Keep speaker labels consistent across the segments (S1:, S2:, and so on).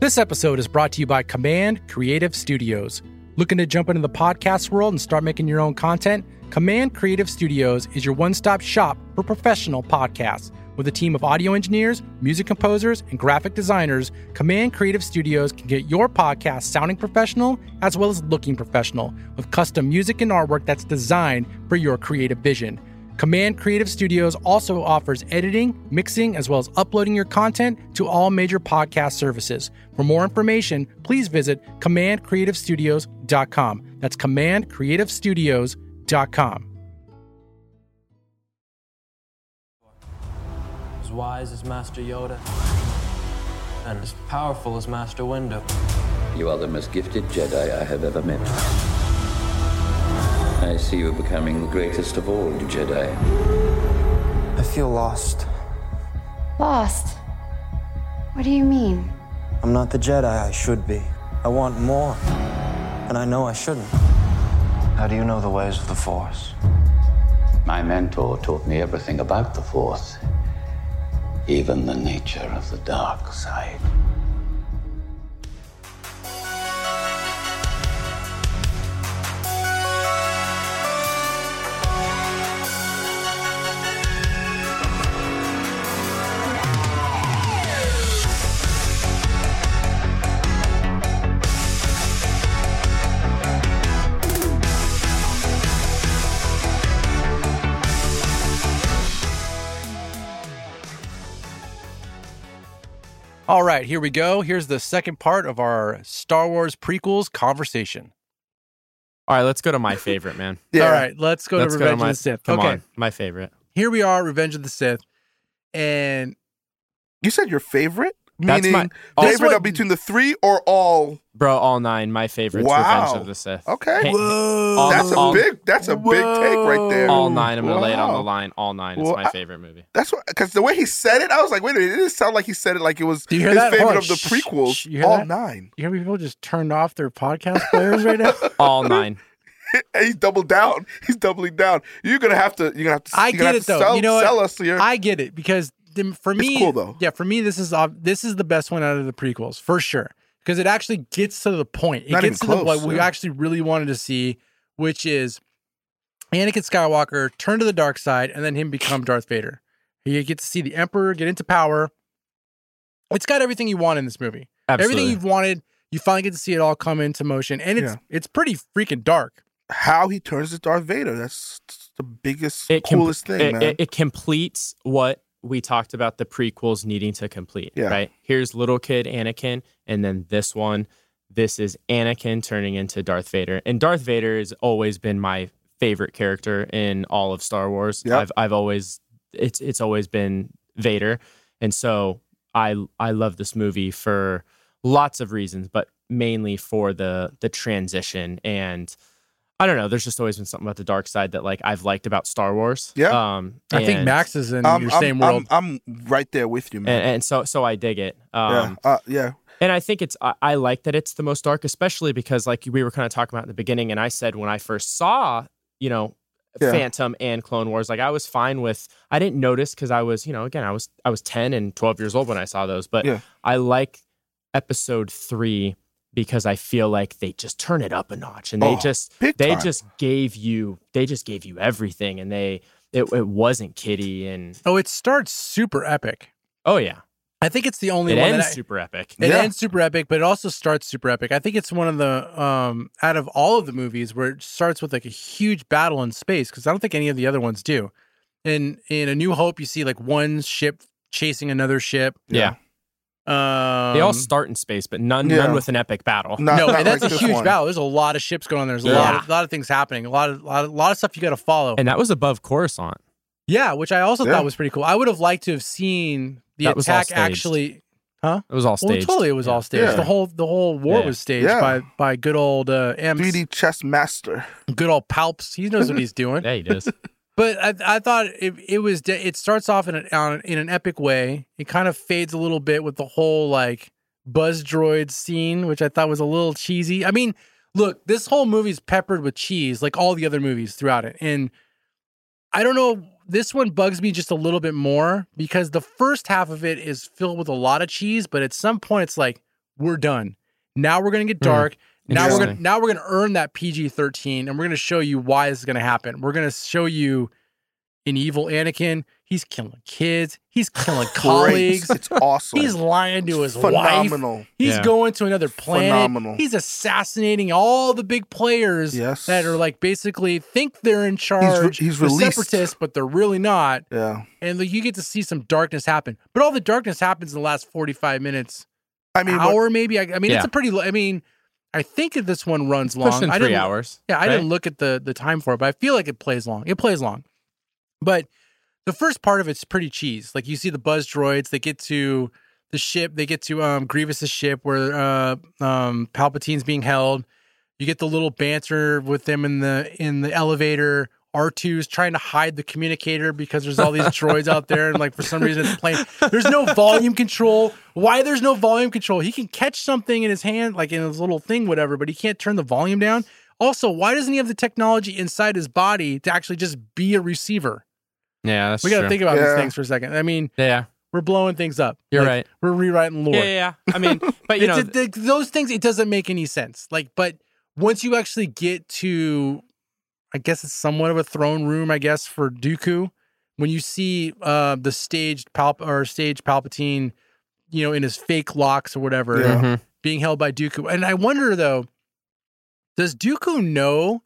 S1: This episode is brought to you by Command Creative Studios. Looking to jump into the podcast world and start making your own content? Command Creative Studios is your one stop shop for professional podcasts. With a team of audio engineers, music composers, and graphic designers, Command Creative Studios can get your podcast sounding professional as well as looking professional with custom music and artwork that's designed for your creative vision. Command Creative Studios also offers editing, mixing, as well as uploading your content to all major podcast services. For more information, please visit commandcreativestudios.com. That's commandcreativestudios.com.
S2: As wise as Master Yoda, and as powerful as Master Windu.
S3: You are the most gifted Jedi I have ever met. I see you becoming the greatest of all Jedi.
S4: I feel lost.
S5: Lost? What do you mean?
S4: I'm not the Jedi I should be. I want more. And I know I shouldn't.
S6: How do you know the ways of the Force?
S3: My mentor taught me everything about the Force, even the nature of the dark side.
S1: All right, here we go. Here's the second part of our Star Wars prequels conversation.
S7: All right, let's go to my favorite, man.
S1: All right, let's go
S7: let's
S1: to Revenge
S7: my
S1: of the Sith.
S7: Come
S1: okay,
S7: on, my favorite.
S1: here we are, Revenge of the Sith. And
S8: You said your favorite?
S7: That's
S8: Meaning
S7: my- also-
S8: favorite of between the three or all?
S7: Bro, all nine, my favorites. Revenge
S8: Wow.
S7: of the Sith.
S8: Okay.
S7: Hey, all-
S8: That's a
S7: all-
S8: big that's a big take right there.
S7: All nine, I'm gonna lay it on the
S8: Wow.
S7: line. All nine. It's
S8: Well,
S7: my
S8: I-
S7: favorite movie.
S8: That's what because the way he said it, I was like, wait a minute, it didn't sound like he said it like it was
S1: Do you hear
S8: his
S1: that? Hold
S8: favorite
S1: on.
S8: of the
S1: Shh,
S8: prequels.
S1: shh, you hear
S8: all
S1: that?
S8: nine.
S1: you hear people just turned off their podcast players right now?
S7: All nine.
S8: And he's doubled down. He's doubling down. You're gonna have to you're gonna have to
S1: I
S8: you're gonna
S1: get
S8: have
S1: it
S8: to
S1: though.
S8: Sell,
S1: you know what?
S8: sell us your
S1: I get it because the, for
S8: It's
S1: me,
S8: cool, though.
S1: Yeah, for me, this is ob- this is the best one out of the prequels for sure because it actually gets to the point. It
S8: Not even
S1: gets to the,
S8: close,
S1: what we
S8: yeah.
S1: actually really wanted to see, which is Anakin Skywalker turn to the dark side and then him become Darth Vader. You get to see the Emperor get into power. It's got everything you want in this movie.
S7: Absolutely.
S1: Everything you've wanted, you finally get to see it all come into motion, and it's it's pretty freaking dark.
S8: how he turns to Darth Vader. That's the biggest
S7: it com-
S8: coolest thing,
S7: it,
S8: man.
S7: It, it completes what we talked about the prequels needing to complete.
S8: Yeah.
S7: Right. Here's little kid Anakin, and then this one. This is Anakin turning into Darth Vader, and Darth Vader has always been my favorite character in all of Star Wars.
S8: Yep.
S7: I've I've always it's it's always been Vader, and so I I love this movie for lots of reasons, but mainly for the the transition and I don't know. There's just always been something about the dark side that like I've liked about Star Wars.
S8: Yeah.
S7: Um,
S1: I think
S7: and-
S1: Max is in
S8: I'm,
S1: your
S8: I'm-
S1: same
S8: I'm-
S1: world.
S8: I'm, right there with you, man.
S7: and, and so so I dig it. Um,
S8: yeah, uh, yeah.
S7: and I think it's I, I like that it's the most dark, especially because like we were kind of talking about in the beginning, and I said when I first saw, you know,
S8: Yeah.
S7: Phantom and Clone Wars, like I was fine with I didn't notice because I was, you know, again, I was I was 10 and 12 years old when I saw those. But
S8: Yeah.
S7: I like episode three because I feel like they just turn it up a notch and they
S8: Oh,
S7: just
S8: big
S7: they
S8: time.
S7: just gave you they just gave you everything and they it, it wasn't kitty and
S1: Oh, it starts super epic.
S7: oh yeah.
S1: I think it's the only
S7: It
S1: one
S7: ends
S1: that I-
S7: super epic.
S1: It
S8: Yeah.
S1: ends super epic, but it also starts super epic. I think it's one of the um out of all of the movies where it starts with like a huge battle in space because I don't think any of the other ones do. In in A New Hope, you see like one ship chasing another ship.
S7: yeah.
S1: Um,
S7: They all start in space, but none
S8: Yeah.
S7: none with an epic battle.
S8: Not-
S1: no,
S8: not
S1: and that's
S8: like
S1: a
S8: this
S1: huge
S8: one.
S1: battle. There's a lot of ships going on. There's a lot, of, lot of things happening. A lot of, lot of, lot of stuff you got to follow.
S7: And that was above Coruscant.
S1: yeah, which I also
S8: Yeah.
S1: thought was pretty cool. I would have liked to have seen the
S7: That was all
S1: attack
S7: staged.
S1: actually
S7: It was all
S1: Well,
S7: staged.
S1: totally, it was all staged.
S8: Yeah.
S1: The whole the whole war
S7: Yeah.
S1: was staged
S8: Yeah.
S1: by by good old uh, Amps,
S8: 3D chess master.
S1: good old Palps. He knows what he's doing.
S7: Yeah, he does.
S1: But I, I thought it, it was de- it starts off in an on, in an epic way. It kind of fades a little bit with the whole like buzz droid scene, which I thought was a little cheesy. I mean, look, this whole movie's peppered with cheese, like all the other movies throughout it, and I don't know. This one bugs me just a little bit more because the first half of it is filled with a lot of cheese, but at some point it's like, we're done. Now we're going to get dark. Now we're gonna
S7: Interesting.
S1: now we're gonna earn that PG thirteen, and we're gonna show you why this is gonna happen. We're gonna show you an evil Anakin. He's killing kids. He's killing colleagues.
S8: Great. It's awesome.
S1: He's lying to his wife.
S8: phenomenal.
S1: He's
S7: Yeah.
S1: going to another planet.
S8: Phenomenal.
S1: He's assassinating all the big players
S8: Yes.
S1: that are like basically think they're in charge.
S8: he's
S1: the
S8: released.
S1: separatists, but they're really not.
S8: Yeah.
S1: And like you get to see some darkness happen. But all the darkness happens in the last forty five minutes
S8: I mean, what-
S1: hour maybe. I, I mean,
S7: Yeah.
S1: it's a pretty. lo- I mean, I think that this one runs long.
S7: Pushing
S1: I
S7: three
S1: didn't-
S7: hours.
S1: Yeah, I
S7: right?
S1: didn't look at the the time for it, but I feel like it plays long. It plays long, but the first part of it's pretty cheese. Like you see the buzz droids, they get to the ship, they get to um Grievous's ship where uh um Palpatine's being held. You get the little banter with them in the in the elevator. R2's trying to hide the communicator because there's all these droids out there and like for some reason it's playing. There's no volume control. Why there's no volume control? He can catch something in his hand, like in his little thing, whatever, but he can't turn the volume down. Also, why doesn't he have the technology inside his body to actually just be a receiver?
S7: Yeah, that's
S1: We got to
S7: true.
S1: think about these
S8: Yeah.
S1: things for a second. I mean,
S7: Yeah,
S1: we're blowing things up.
S7: you're
S1: Like,
S7: right.
S1: We're rewriting lore.
S7: Yeah, yeah, yeah. I mean, but you know,
S1: It's- it- those things, it doesn't make any sense. Like, but once you actually get to, I guess it's somewhat of a throne room, I guess, for Dooku, when you see uh, the staged Palp or stage Palpatine, you know, in his fake locks or whatever,
S8: Yeah. Mm-hmm.
S7: Mhm.
S1: being held by Dooku. And I wonder though, does Dooku know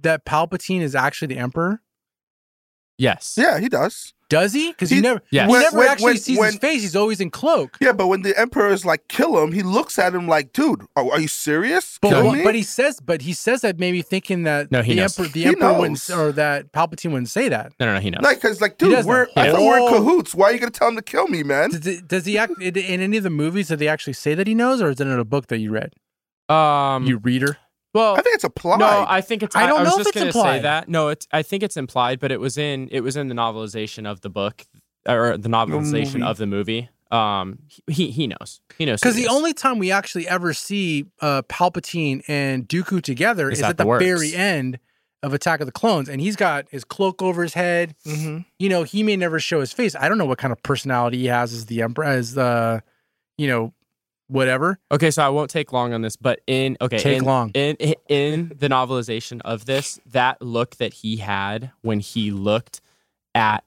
S1: that Palpatine is actually the Emperor?
S7: yes.
S8: yeah, he does.
S1: Does he? Because he,
S8: He-
S1: never,
S7: Yes.
S1: he
S8: When-
S1: never
S8: when-
S1: actually
S8: when-
S1: sees his
S8: when-
S1: face. He's always in cloak.
S8: Yeah, but when the emperor's like kill him, he looks at him like, dude, are, are you serious?
S1: But,
S8: kill
S1: what-
S8: me?
S1: but he says, but he says that maybe thinking that
S7: No, he
S1: the
S7: knows.
S1: emperor, the
S8: He
S1: emperor wouldn't,
S8: knows.
S1: s- or that Palpatine wouldn't say that.
S7: No, no, no. He knows.
S8: like, cause like,
S1: He
S8: dude,
S1: does
S8: we're
S1: know. Yeah.
S8: I thought we're in
S1: Oh.
S8: cahoots. Why are you gonna tell him to kill me, man?
S1: Does, it- does he act in in any of the movies? Do they actually say that he knows, or is it in a book that you read?
S7: um,
S1: you reader?
S7: well,
S8: I think it's applied.
S7: no, I think it's.
S1: I
S7: I,
S1: don't
S7: I was
S1: know if
S7: just
S1: it's
S7: gonna
S1: implied.
S7: Say that no, it's. I think it's implied, but it was in. It was in the novelization of the book or the novelization
S8: movie.
S7: of the movie. Um, he he knows. He knows who
S1: Because
S7: he
S1: the
S7: is.
S1: only time we actually ever see uh, Palpatine and Dooku together is,
S7: Is at
S1: at the,
S7: the works.
S1: very end of Attack of the Clones, and he's got his cloak over his head.
S8: Mhm.
S1: You know, he may never show his face. I don't know what kind of personality he has as the emperor, as uh, you know, whatever.
S7: Okay, so I won't take long on this, but in okay,
S1: Take
S7: in,
S1: long.
S7: in in the novelization of this, that look that he had when he looked at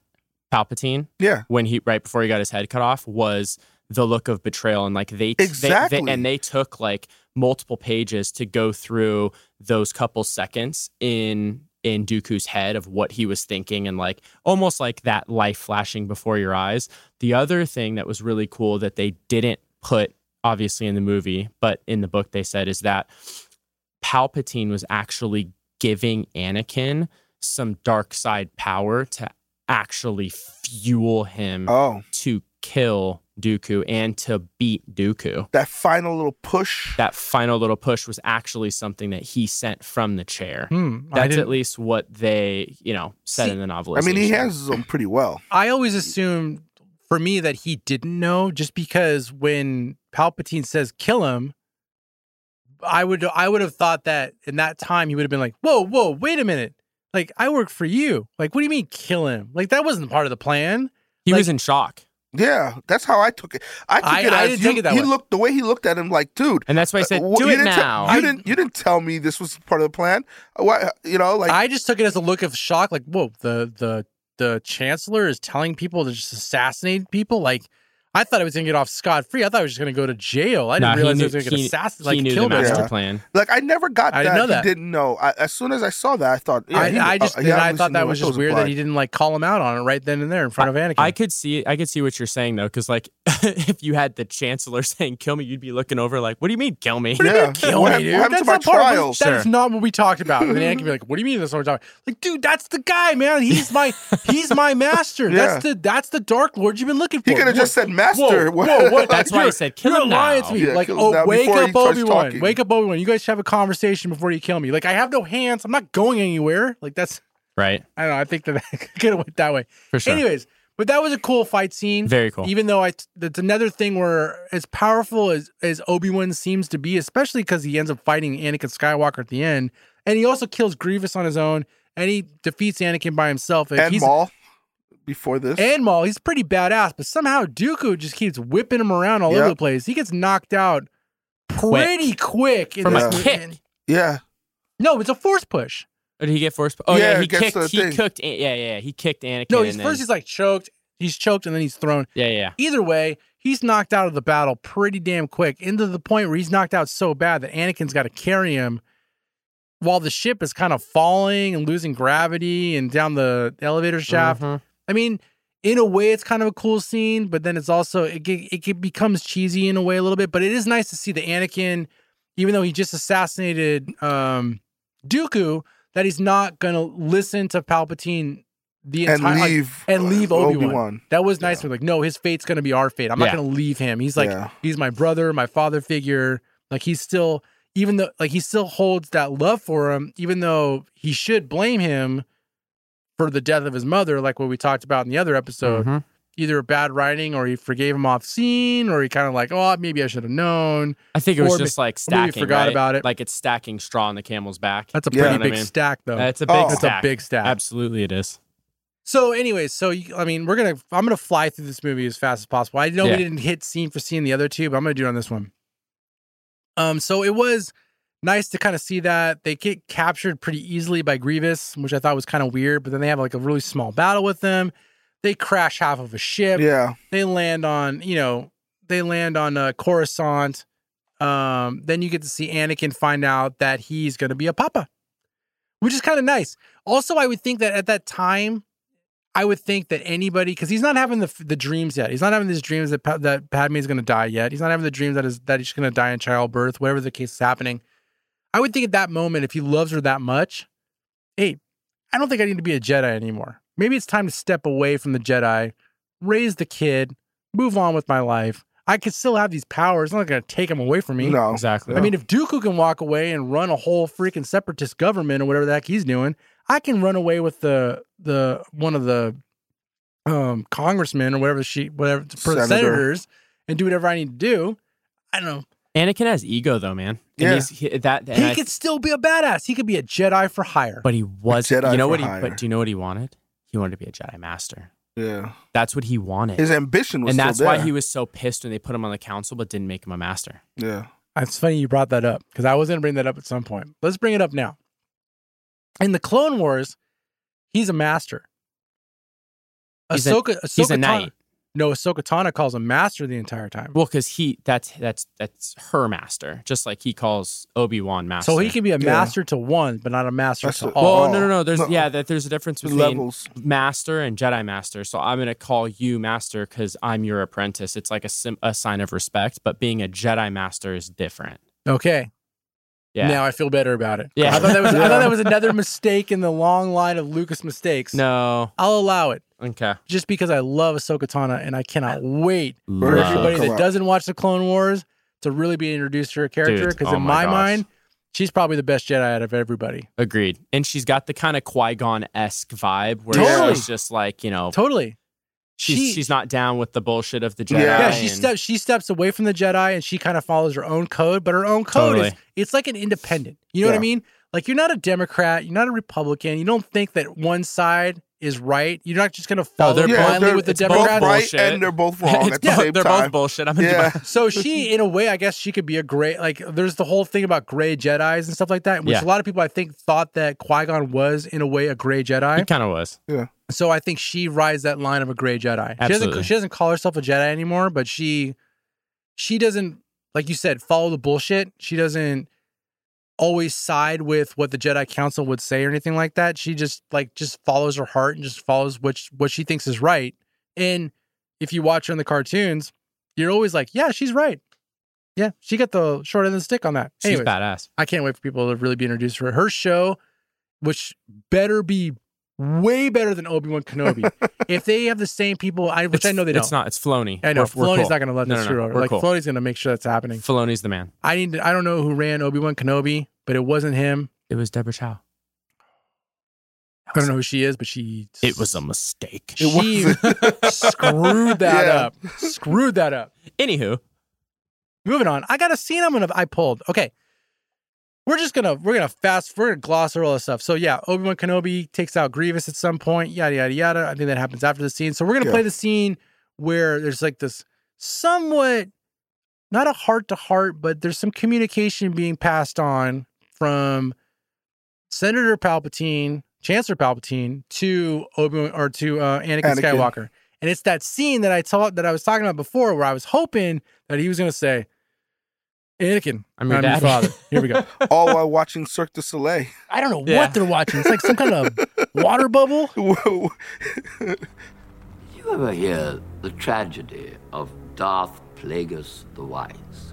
S7: Palpatine,
S8: yeah,
S7: when he right before he got his head cut off was the look of betrayal and like they, they- they-
S8: Exactly.
S7: and they took like multiple pages to go through those couple seconds in in Dooku's head of what he was thinking and like almost like that life flashing before your eyes. The other thing that was really cool that they didn't put obviously in the movie, but in the book they said is that Palpatine was actually giving Anakin some dark side power to actually fuel him
S8: oh,
S7: to kill Dooku and to beat Dooku.
S8: that final little push.
S7: That final little push was actually something that he sent from the chair.
S1: Hmm, I
S7: That's
S1: didn't-
S7: at least what they, you know, said
S1: See,
S7: in the
S8: I
S7: novelization.
S8: mean, he has them pretty well.
S1: I always assumed for me that he didn't know just because when Palpatine says kill him, I would I would have thought that in that time he would have been like, Whoa, whoa, wait a minute. Like I work for you. Like, what do you mean kill him? Like that wasn't part of the plan.
S7: He
S1: like-
S7: was in shock,
S8: Yeah, that's how I took it. I took
S1: I-
S8: it
S1: I
S8: as
S1: didn't
S8: you,
S1: take it that
S8: he
S1: way.
S8: looked the way he looked at him, like, dude.
S7: and that's why I
S8: uh,
S7: said,
S8: wh-
S7: "Do
S8: you
S7: it
S8: didn't te-
S7: now."
S8: you didn't. You didn't tell me this was part of the plan. Uh, Why? You know, like
S1: I just took it as a look of shock, like, whoa, the the the chancellor is telling people to just assassinate people. Like I thought it was gonna get off scot free. I thought I was just gonna go to jail. I didn't
S7: Nah,
S1: realize he
S7: he knew,
S1: was gonna get
S7: he-
S1: assassinated.
S7: he
S1: Like
S7: knew
S1: kill
S7: the master
S1: him.
S8: Yeah.
S7: plan.
S8: Like I never got
S1: I
S8: that.
S1: didn't know
S8: he
S1: that.
S8: didn't know. I, as soon as I saw that, I thought. Yeah, he-
S1: I, I just
S8: uh,
S1: and
S8: yeah,
S1: I
S8: obviously
S1: thought that
S8: knew.
S1: was
S8: I thought
S1: just
S8: it
S1: weird that
S8: implied.
S1: he didn't like call him out on it right then and there in front of Anakin.
S7: I could see, I could see what you're saying though, because like, if you had the chancellor saying "kill me," you'd be looking over like, "What do you mean, kill me?"
S8: Yeah.
S1: kill
S8: what
S1: me,
S8: hap-
S1: dude.
S8: what happened
S1: That's
S8: to my
S1: not part of-
S8: trial,
S1: That is
S7: sir?
S1: not what we talked about. And then Anakin be like, "What do you mean that's not what we're talking?" Like, dude, that's the guy, man. He's my he's my master. That's the that's the Dark Lord you've been looking for.
S8: He could have just
S1: Whoa,
S8: said, "Master."
S1: Whoa,
S8: what-
S1: whoa, what?
S7: That's why I
S1: You're-
S7: said, "Kill
S1: you're
S7: him
S1: lying
S7: now."
S1: to me.
S8: Yeah,
S1: like,
S8: kill him
S1: oh,
S8: now
S1: wake
S8: before he
S1: up,
S8: starts
S1: Obi Wan.
S8: talking.
S1: Wake up, Obi Wan. You guys should have a conversation before you kill me. Like, I have no hands. I'm not going anywhere. Like, that's
S7: Right,
S1: I don't know. I think that could have went that way.
S7: for sure.
S1: Anyways, but that was a cool fight scene.
S7: Very cool.
S1: Even though I, that's another thing where as powerful as as Obi Wan seems to be, especially because he ends up fighting Anakin Skywalker at the end, and he also kills Grievous on his own, and he defeats Anakin by himself. Like,
S8: and
S1: he's,
S8: Maul before this.
S1: and Maul, he's pretty badass, but somehow Dooku just keeps whipping him around all over
S8: Yep.
S1: the place. He gets knocked out
S7: quick.
S1: pretty quick in
S7: From a
S1: this movie.
S7: kick.
S8: Yeah.
S1: No, it's a force push.
S7: Or did he get force? Oh
S8: Yeah,
S7: yeah, he
S8: against
S7: kicked.
S8: the
S7: He
S8: thing.
S7: cooked. An- Yeah, yeah, he kicked Anakin.
S1: No, he's
S7: and
S1: first
S7: then-
S1: he's like choked. He's choked and then he's thrown.
S7: yeah, yeah, yeah.
S1: Either way, he's knocked out of the battle pretty damn quick, into the point where he's knocked out so bad that Anakin's got to carry him while the ship is kind of falling and losing gravity and down the elevator shaft.
S7: Mhm.
S1: I mean, in a way, it's kind of a cool scene, but then it's also it ge- it, ge- becomes cheesy in a way a little bit. But it is nice to see the Anakin, even though he just assassinated um, Dooku, that he's not gonna listen to Palpatine the
S8: And
S1: entire like,
S8: leave,
S1: and
S8: uh,
S1: leave Obi Wan.
S8: Obi-Wan.
S1: That was nice. We're Like, no, his fate's gonna be our fate. I'm
S7: Yeah.
S1: not gonna leave him. He's like
S8: Yeah.
S1: he's my brother, my father figure. Like he's still even though like he still holds that love for him, even though he should blame him for the death of his mother, like what we talked about in the other episode.
S7: Mhm.
S1: Either bad writing or he forgave him off scene, or he kind of like, oh, maybe I should have known.
S7: I think it was
S1: Or
S7: just like
S1: maybe you
S7: stacking.
S1: forgot
S7: right?
S1: about it.
S7: Like it's stacking straw on the camel's back.
S1: That's a
S8: Yeah.
S1: pretty
S8: You know
S7: what I
S1: big
S7: mean?
S1: stack, though.
S7: That's a big.
S8: Oh.
S7: stack.
S8: That's
S1: a big stack.
S7: Absolutely, it is.
S1: So, anyways, so you, I mean, we're gonna I'm gonna fly through this movie as fast as possible. I know
S7: Yeah.
S1: we didn't hit scene for scene the other two, but I'm gonna do it on this one. Um, so it was nice to kind of see that they get captured pretty easily by Grievous, which I thought was kind of weird. But then they have like a really small battle with them. They crash half of a ship.
S8: Yeah.
S1: They land on you know they land on uh, Coruscant. Um, then you get to see Anakin find out that he's gonna be a papa which is kind of nice. Also, I would think that at that time, I would think that anybody, because he's not having the the dreams yet. He's not having these dreams that pa- that Padme is going to die yet. He's not having the dreams that is that he's going to die in childbirth, whatever the case is happening. I would think at that moment, if he loves her that much, hey, I don't think I need to be a Jedi anymore. Maybe it's time to step away from the Jedi, raise the kid, move on with my life. I could still have these powers. I'm not going to take them away from me.
S8: No.
S7: Exactly.
S1: I mean, if Dooku can walk away and run a whole freaking separatist government or whatever the heck he's doing, I can run away with the the one of the um congressmen or whatever she whatever for the
S8: Senator.
S1: senators and do whatever I need to do. I don't know.
S7: Anakin has ego though, man.
S8: Yeah.
S7: And he's, he, that and
S1: he
S7: I-
S1: could still be a badass. He could be a Jedi for hire.
S7: but he was. You
S8: Jedi
S7: know what
S8: for
S7: he?
S8: hire.
S7: But do you know what he wanted? He wanted to be a Jedi master.
S8: Yeah.
S7: That's what he wanted.
S8: His ambition was
S7: and
S8: still
S7: that's why
S8: there.
S7: he was so pissed when they put him on the council, but didn't make him a master.
S8: Yeah.
S1: It's funny you brought that up because I was going to bring that up at some point. Let's bring it up now. In the Clone Wars, he's a master.
S7: He's a-
S1: Ahsoka, Ahsoka
S7: he's a
S1: Tano-
S7: knight.
S1: No, Ahsoka Tana calls him master the entire time.
S7: Well, because he that's that's that's her master, just like he calls Obi Wan master.
S1: so he can be a
S8: Yeah.
S1: master to one, but not a master
S8: That's
S1: to
S8: what-
S1: all.
S7: Well,
S8: Oh,
S7: no, no, no. There's
S8: no.
S7: yeah, that there's a difference between
S8: Levels.
S7: master and Jedi master. So I'm gonna call you master because I'm your apprentice. It's like a sim- a sign of respect, but being a Jedi master is different.
S1: Okay.
S7: Yeah.
S1: Now I feel better about it.
S7: Yeah.
S1: I thought that was I
S8: Yeah.
S1: thought that was another mistake in the long line of Lucas mistakes.
S7: No.
S1: I'll allow it
S7: Okay.
S1: just because I love Ahsoka Tana and I cannot wait for
S8: Love.
S1: everybody
S8: Come
S1: that
S8: on.
S1: doesn't watch the Clone Wars to really be introduced to her character
S7: Dude,
S1: because
S7: oh
S1: in my
S7: my gosh.
S1: mind, she's probably the best Jedi out of everybody.
S7: Agreed. And she's got the kind of Qui Gon esque vibe where
S1: Totally.
S7: she's just like you know
S1: Totally.
S7: she's
S1: She-
S7: she's not down with the bullshit of the Jedi.
S1: Yeah, she
S7: and-
S1: steps she steps away from the Jedi and she kind of follows her own code, but her own code is
S7: Totally.
S1: it's like an independent. You know what I
S8: Yeah.
S1: mean? Like you're not a Democrat, you're not a Republican, you don't think that one side is right. You're not just gonna follow
S7: they're
S8: Yeah,
S1: blindly
S8: they're-
S1: with the
S8: it's both
S1: Democrats.
S8: right
S7: Bullshit.
S8: and they're both wrong
S7: It's
S8: at the
S7: both-
S8: same
S7: they're
S8: time.
S7: both bullshit. I'm gonna
S8: yeah.
S1: So she, in a way, I guess she could be a great like. There's the whole thing about gray Jedi's and stuff like that, which
S7: Yeah.
S1: a lot of people I think thought that Qui Gon was in a way a gray Jedi.
S7: He kind of was.
S1: So I think she rides that line of a gray Jedi. She doesn't
S7: Absolutely.
S1: she doesn't call herself a Jedi anymore, but she she doesn't like you said follow the bullshit. She doesn't always side with what the Jedi Council would say or anything like that. She just like just follows her heart and just follows what sh- what she thinks is right. And if you watch her in the cartoons, you're always like, yeah, she's right. Yeah, she got the short end of the stick on that.
S7: She's
S1: Anyways.
S7: badass.
S1: I can't wait for people to really be introduced to her. Her show, which better be way better than Obi Wan Kenobi. if they have the same people, I, which I know they don't.
S7: It's not. It's Floney.
S1: I know
S7: We're- we're
S1: Filoni's
S7: cool.
S1: not going to let
S7: No,
S1: this
S7: no, no,
S1: screw over.
S7: We're
S1: Like
S7: cool.
S1: Filoni's going to make sure that's happening.
S7: Filoni's the man.
S1: I need. To, I don't know who ran Obi Wan Kenobi, but it wasn't him.
S7: It was Deborah Chow.
S1: I don't know who she is, but she.
S7: It was a mistake.
S1: She screwed that
S8: Yeah.
S1: up. Screwed that up.
S7: Anywho,
S1: moving on. I got a scene I'm gonna I pulled. Okay. We're just gonna we're gonna fast we're gonna gloss over all this stuff. So yeah, Obi Wan Kenobi takes out Grievous at some point. Yada yada yada. I think that happens after the scene. So we're gonna
S8: Yeah.
S1: play the scene where there's like this somewhat not a heart to heart, but there's some communication being passed on from Senator Palpatine, Chancellor Palpatine, to Obi or to uh, Anakin,
S8: Anakin.
S1: Skywalker, and it's that scene that I taught that I was talking about before, where I was hoping that he was going to say, "Anakin,
S7: I'm your dad."
S1: father." Here we go.
S8: All while watching Cirque du Soleil.
S1: I don't know
S7: Yeah.
S1: what they're watching. It's like some kind of water bubble.
S8: Whoa.
S9: Did you ever hear the tragedy of Darth Plagueis the Wise?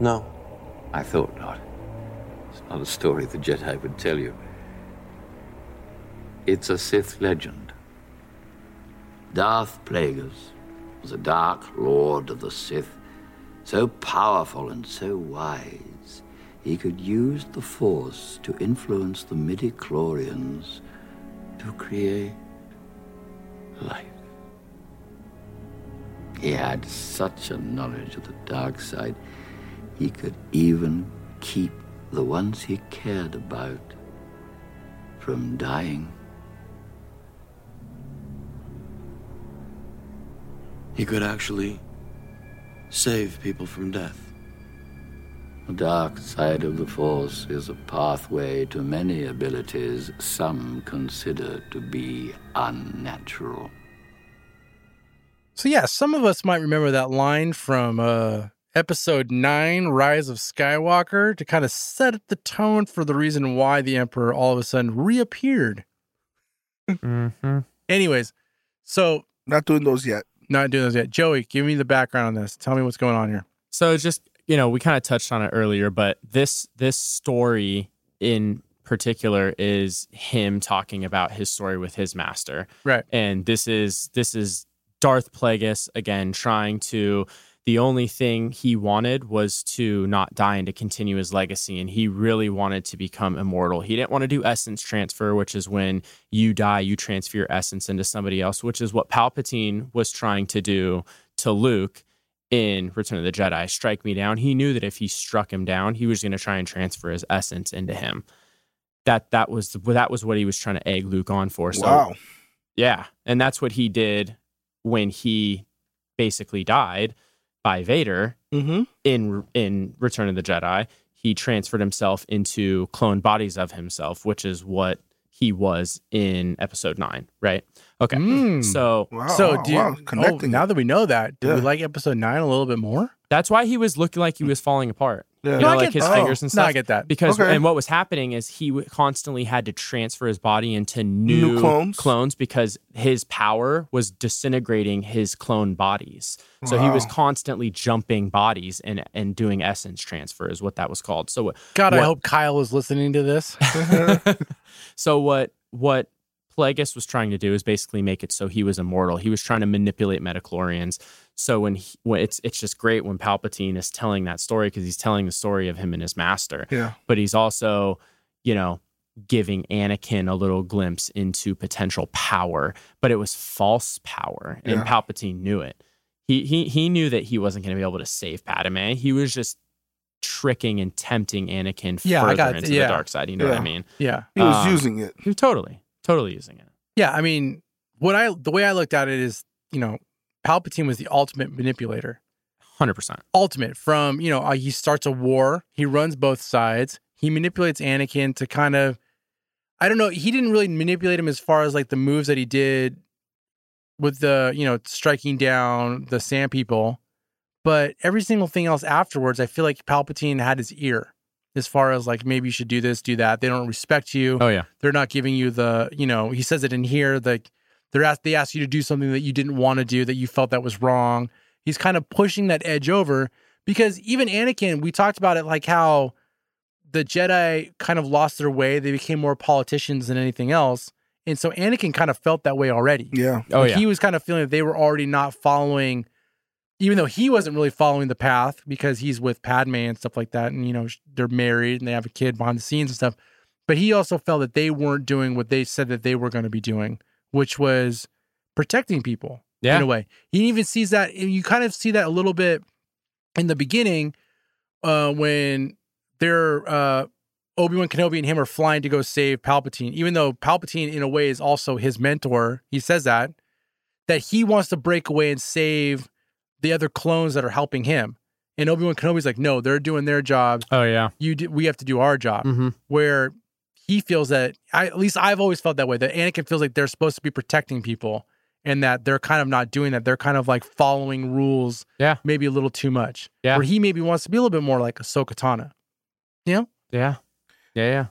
S4: No.
S9: I thought not. It's not a story the Jedi would tell you. It's a Sith legend. Darth Plagueis was a dark lord of the Sith, so powerful and so wise, he could use the Force to influence the midi-chlorians to create life. He had such a knowledge of the dark side, he could even keep the ones he cared about from dying.
S10: He could actually save people from death.
S9: The dark side of the Force is a pathway to many abilities some consider to be unnatural.
S1: So yeah, some of us might remember that line from uh episode 9 Rise of Skywalker to kind of set the tone for the reason why the emperor all of a sudden reappeared.
S7: Mm-hmm.
S1: Anyways, so
S8: Not doing those yet.
S1: not doing this yet. Joey, give me the background on this. Tell me what's going on here.
S7: So just you know, we kind of touched on it earlier, but this this story in particular is him talking about his story with his master,
S1: Right.
S7: and this is this is Darth Plagueis again trying to. The only thing he wanted was to not die and to continue his legacy, and he really wanted to become immortal. He didn't want to do essence transfer, which is when you die, you transfer your essence into somebody else, which is what Palpatine was trying to do to Luke in Return of the Jedi, strike me down. He knew that if he struck him down, he was going to try and transfer his essence into him. That that was that was what he was trying to egg Luke on for. So
S8: wow.
S7: yeah, and that's what he did when he basically died by Vader
S1: Mm-hmm.
S7: in in Return of the Jedi. He transferred himself into clone bodies of himself, which is what he was in Episode Nine, right? Okay,
S1: Mm.
S7: so
S8: Wow.
S1: so
S8: wow,
S1: do you,
S8: wow.
S1: oh,
S8: connecting?
S1: now that we know that, do we
S8: Yeah.
S1: like episode 9 a little bit more?
S7: that's why he was looking like he was falling apart.
S8: yeah.
S7: you know,
S1: I
S7: like
S1: get-
S7: his
S8: oh,
S7: fingers and
S1: Mm. No,
S7: stuff.
S1: I get that.
S7: Because
S8: Okay.
S7: and what was happening is he w- constantly had to transfer his body into new,
S8: New clones?
S7: because his power was disintegrating his clone bodies. So he was
S8: Wow.
S7: constantly jumping bodies and and doing essence transfer is what that was called. So what-
S1: God, I
S7: what-
S1: hope Kyle is listening to this.
S7: so what what Plagueis was trying to do is basically make it so he was immortal. He was trying to manipulate metachlorians. So when, he, when it's it's just great when Palpatine is telling that story because he's telling the story of him and his master.
S8: Yeah.
S7: But he's also, you know, giving Anakin a little glimpse into potential power, but it was false power and
S8: Yeah.
S7: Palpatine knew it. He he he knew that he wasn't going to be able to save Padme. He was just tricking and tempting Anakin
S1: Yeah, I
S7: further
S1: got-
S7: into
S1: yeah.
S7: the dark side, you know what
S8: Yeah.
S7: I mean?
S1: yeah.
S8: He was
S7: um,
S8: using it.
S7: You're totally, totally using it.
S1: Yeah, I mean, what I the way I looked at it is, you know, Palpatine was the ultimate manipulator.
S7: Hundred percent.
S1: Ultimate from, you know, uh, he starts a war, he runs both sides, he manipulates Anakin to kind of I don't know, he didn't really manipulate him as far as like the moves that he did with the, you know, striking down the sand people, but every single thing else afterwards, I feel like Palpatine had his ear as far as like maybe you should do this, do that. They don't respect you
S7: Oh yeah.
S1: they're not giving you the you know he says it in here like they're asked they ask you to do something that you didn't want to do that you felt that was wrong he's kind of pushing that edge over because even anakin we talked about it like how the jedi kind of lost their way they became more politicians than anything else and so anakin kind of felt that way already
S8: Yeah.
S7: Oh
S1: Like,
S7: yeah.
S1: he was kind of feeling that they were already not following even though he wasn't really following the path because he's with Padme and stuff like that, and you know sh- they're married and they have a kid behind the scenes and stuff, but he also felt that they weren't doing what they said that they were going to be doing, which was protecting people
S7: yeah.
S1: in a way. He even sees that and you kind of see that a little bit in the beginning uh, when they're uh, Obi Wan Kenobi and him are flying to go save Palpatine, even though Palpatine in a way is also his mentor. He says that, that he wants to break away and save the other clones that are helping him. And Obi Wan Kenobi's like, no, they're doing their job.
S7: Oh yeah.
S1: You, do, we have to do our job.
S7: Mm-hmm.
S1: Where he feels that, I, at least I've always felt that way. That Anakin feels like they're supposed to be protecting people, and that they're kind of not doing that. They're kind of like following rules.
S7: Yeah.
S1: Maybe a little too much.
S7: Yeah.
S1: Where he maybe wants to be a little bit more like Ahsoka Tano.
S7: Yeah. Yeah. Yeah.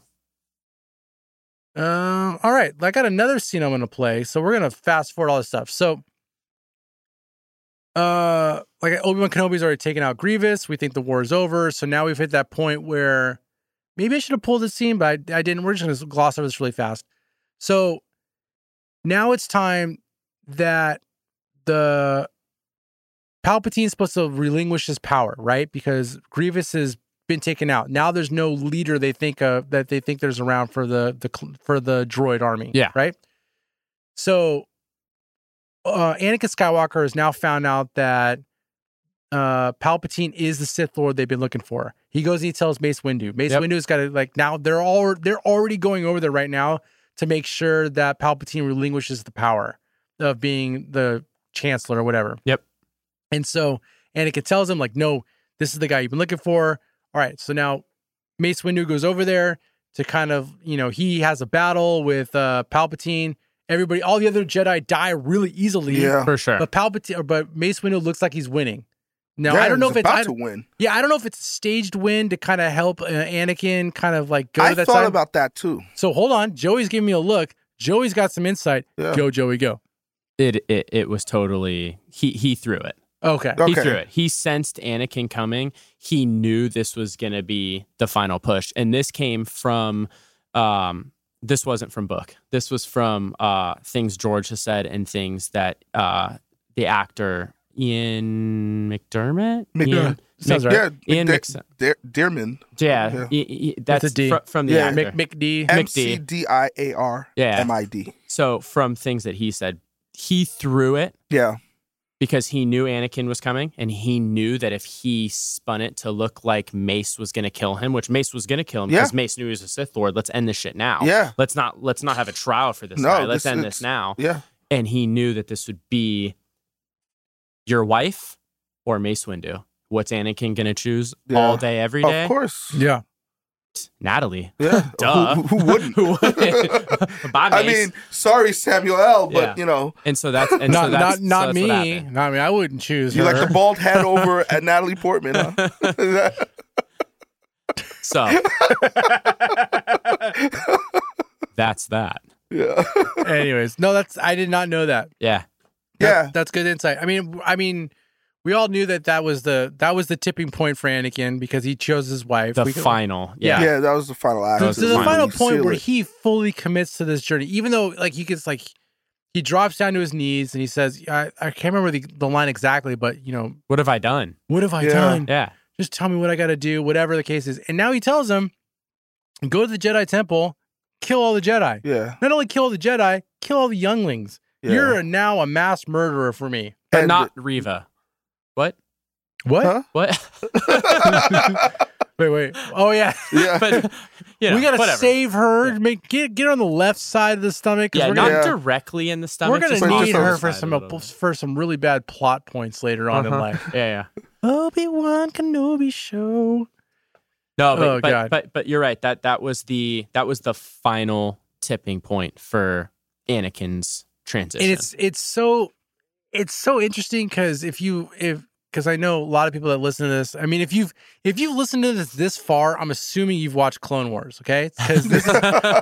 S1: Um, all right. I got another scene I'm gonna play, so we're gonna fast forward all this stuff. So uh like Obi-Wan Kenobi's already taken out Grievous. We think the war is over. So now we've hit that point where maybe I should have pulled this scene, but I, I didn't. We're just gonna gloss over this really fast. So now it's time that the Palpatine's supposed to relinquish his power, right? Because Grievous is been taken out. Now there's no leader they think of that they think there's around for the the cl- for the droid army.
S7: Yeah.
S1: Right. So, uh, Anakin Skywalker has now found out that uh, Palpatine is the Sith Lord they've been looking for. He goes and he tells Mace Windu. Mace
S7: Yep.
S1: Windu's got to like now they're all they're already going over there right now to make sure that Palpatine relinquishes the power of being the Chancellor or whatever.
S7: Yep.
S1: And so Anakin tells him like, no, this is the guy you've been looking for. All right, so now Mace Windu goes over there to kind of, you know, he has a battle with uh Palpatine. Everybody, all the other Jedi die really easily.
S8: Yeah.
S7: For sure.
S1: But Palpatine, or, but Mace Windu looks like he's winning. Now
S8: Yeah,
S1: I don't know if
S8: he's
S1: it's
S8: about
S1: I,
S8: to win.
S1: yeah I don't know if it's a staged win to kind of help uh, Anakin kind of like go
S8: I
S1: to that
S8: thought
S1: side.
S8: about that too.
S1: so hold on, Joey's giving me a look. Joey's got some insight.
S8: Yeah.
S1: Go Joey, go.
S7: It it it was totally he he threw it.
S1: Okay.
S7: He
S8: Okay.
S7: threw it. He sensed Anakin coming. He knew this was going to be the final push. And this came from um this wasn't from book. This was from uh things George has said and things that uh the actor Ian McDermott
S8: Mc-
S7: Ian,
S1: Sounds
S7: Mc-
S1: right.
S8: Yeah,
S7: Ian
S8: De-
S7: Mixon.
S8: De- Dearman.
S7: Yeah,
S8: Yeah.
S7: i- i- that's
S1: a D.
S7: fr- from the
S8: Yeah.
S7: actor.
S1: Mick Mick D.
S8: M C D I A R
S7: Yeah.
S8: M I D.
S7: so from things that he said, he threw it
S8: Yeah.
S7: because he knew Anakin was coming and he knew that if he spun it to look like Mace was going to kill him, which Mace was going to kill him
S8: Yeah.
S7: because Mace knew he was a Sith Lord, let's end this shit now.
S8: Yeah.
S7: Let's not let's not have a trial for this
S8: No,
S7: guy. Let's
S8: this-
S7: end
S8: it's-
S7: this now.
S8: Yeah.
S7: And he knew that this would be your wife or Mace Windu. What's Anakin going to choose
S8: Yeah.
S7: all day every day?
S8: Of course.
S1: Yeah.
S7: Natalie.
S8: Yeah.
S7: Duh.
S8: Who, who wouldn't?
S7: Who wouldn't? Bye,
S8: I
S7: Mace.
S8: mean, sorry, Samuel L, but
S7: Yeah.
S8: you know,
S7: And so that's and
S1: not
S7: so that's,
S1: not not
S7: so that's what
S1: me.
S7: happened.
S1: Not me. I wouldn't choose
S8: you
S1: her.
S8: like the bald head over at Natalie Portman. Huh?
S7: So that's that.
S8: yeah.
S1: Anyways, no, that's I did not know that.
S7: Yeah.
S8: Yeah.
S1: That's good insight. I mean, I mean, we all knew that that was the that was the tipping point for Anakin because he chose his wife.
S7: The
S1: We could-
S7: final. Yeah.
S8: yeah. that was the final act.
S1: So
S7: was
S1: to the
S7: the
S1: final
S8: You
S1: point
S8: seal
S1: where
S8: it.
S1: he fully commits to this journey, even though like he gets like he drops down to his knees and he says, "I, I can't remember the, the line exactly, but you know,
S7: What have I done?
S1: what have I
S8: Yeah.
S1: done?
S7: Yeah.
S1: Just tell me what I got to do, whatever the case is." And now he tells him, "Go to the Jedi Temple, kill all the Jedi.
S8: Yeah.
S1: Not only kill the Jedi, kill all the younglings.
S8: yeah.
S1: You're a, now a mass murderer for me."
S7: But
S8: And-
S7: not Riva. What?
S1: What?
S8: Huh?
S7: What?
S1: Wait, wait. Oh yeah,
S8: Yeah.
S7: but you know,
S1: we gotta
S7: whatever.
S1: save her. Make get get her on the left side of the stomach. 'cause
S7: Yeah,
S1: we're
S7: not
S1: gonna,
S8: Yeah.
S7: directly in the stomach.
S1: we're
S7: just
S8: But
S1: gonna
S7: on
S1: need
S8: just
S7: the
S1: her
S7: side
S1: for
S7: a
S1: some
S7: little bit.
S1: for some really bad plot points later on in
S7: Uh-huh.
S1: life.
S7: Yeah, yeah.
S1: Obi Wan Kenobi show.
S7: No, but,
S1: Oh,
S7: but,
S1: God.
S7: but but you're right. That that was the that was the final tipping point for Anakin's transition.
S1: And it's it's so it's so interesting because if you if because I know a lot of people that listen to this. I mean, if you've if you've listened to this this far, I'm assuming you've watched Clone Wars, okay? Because this is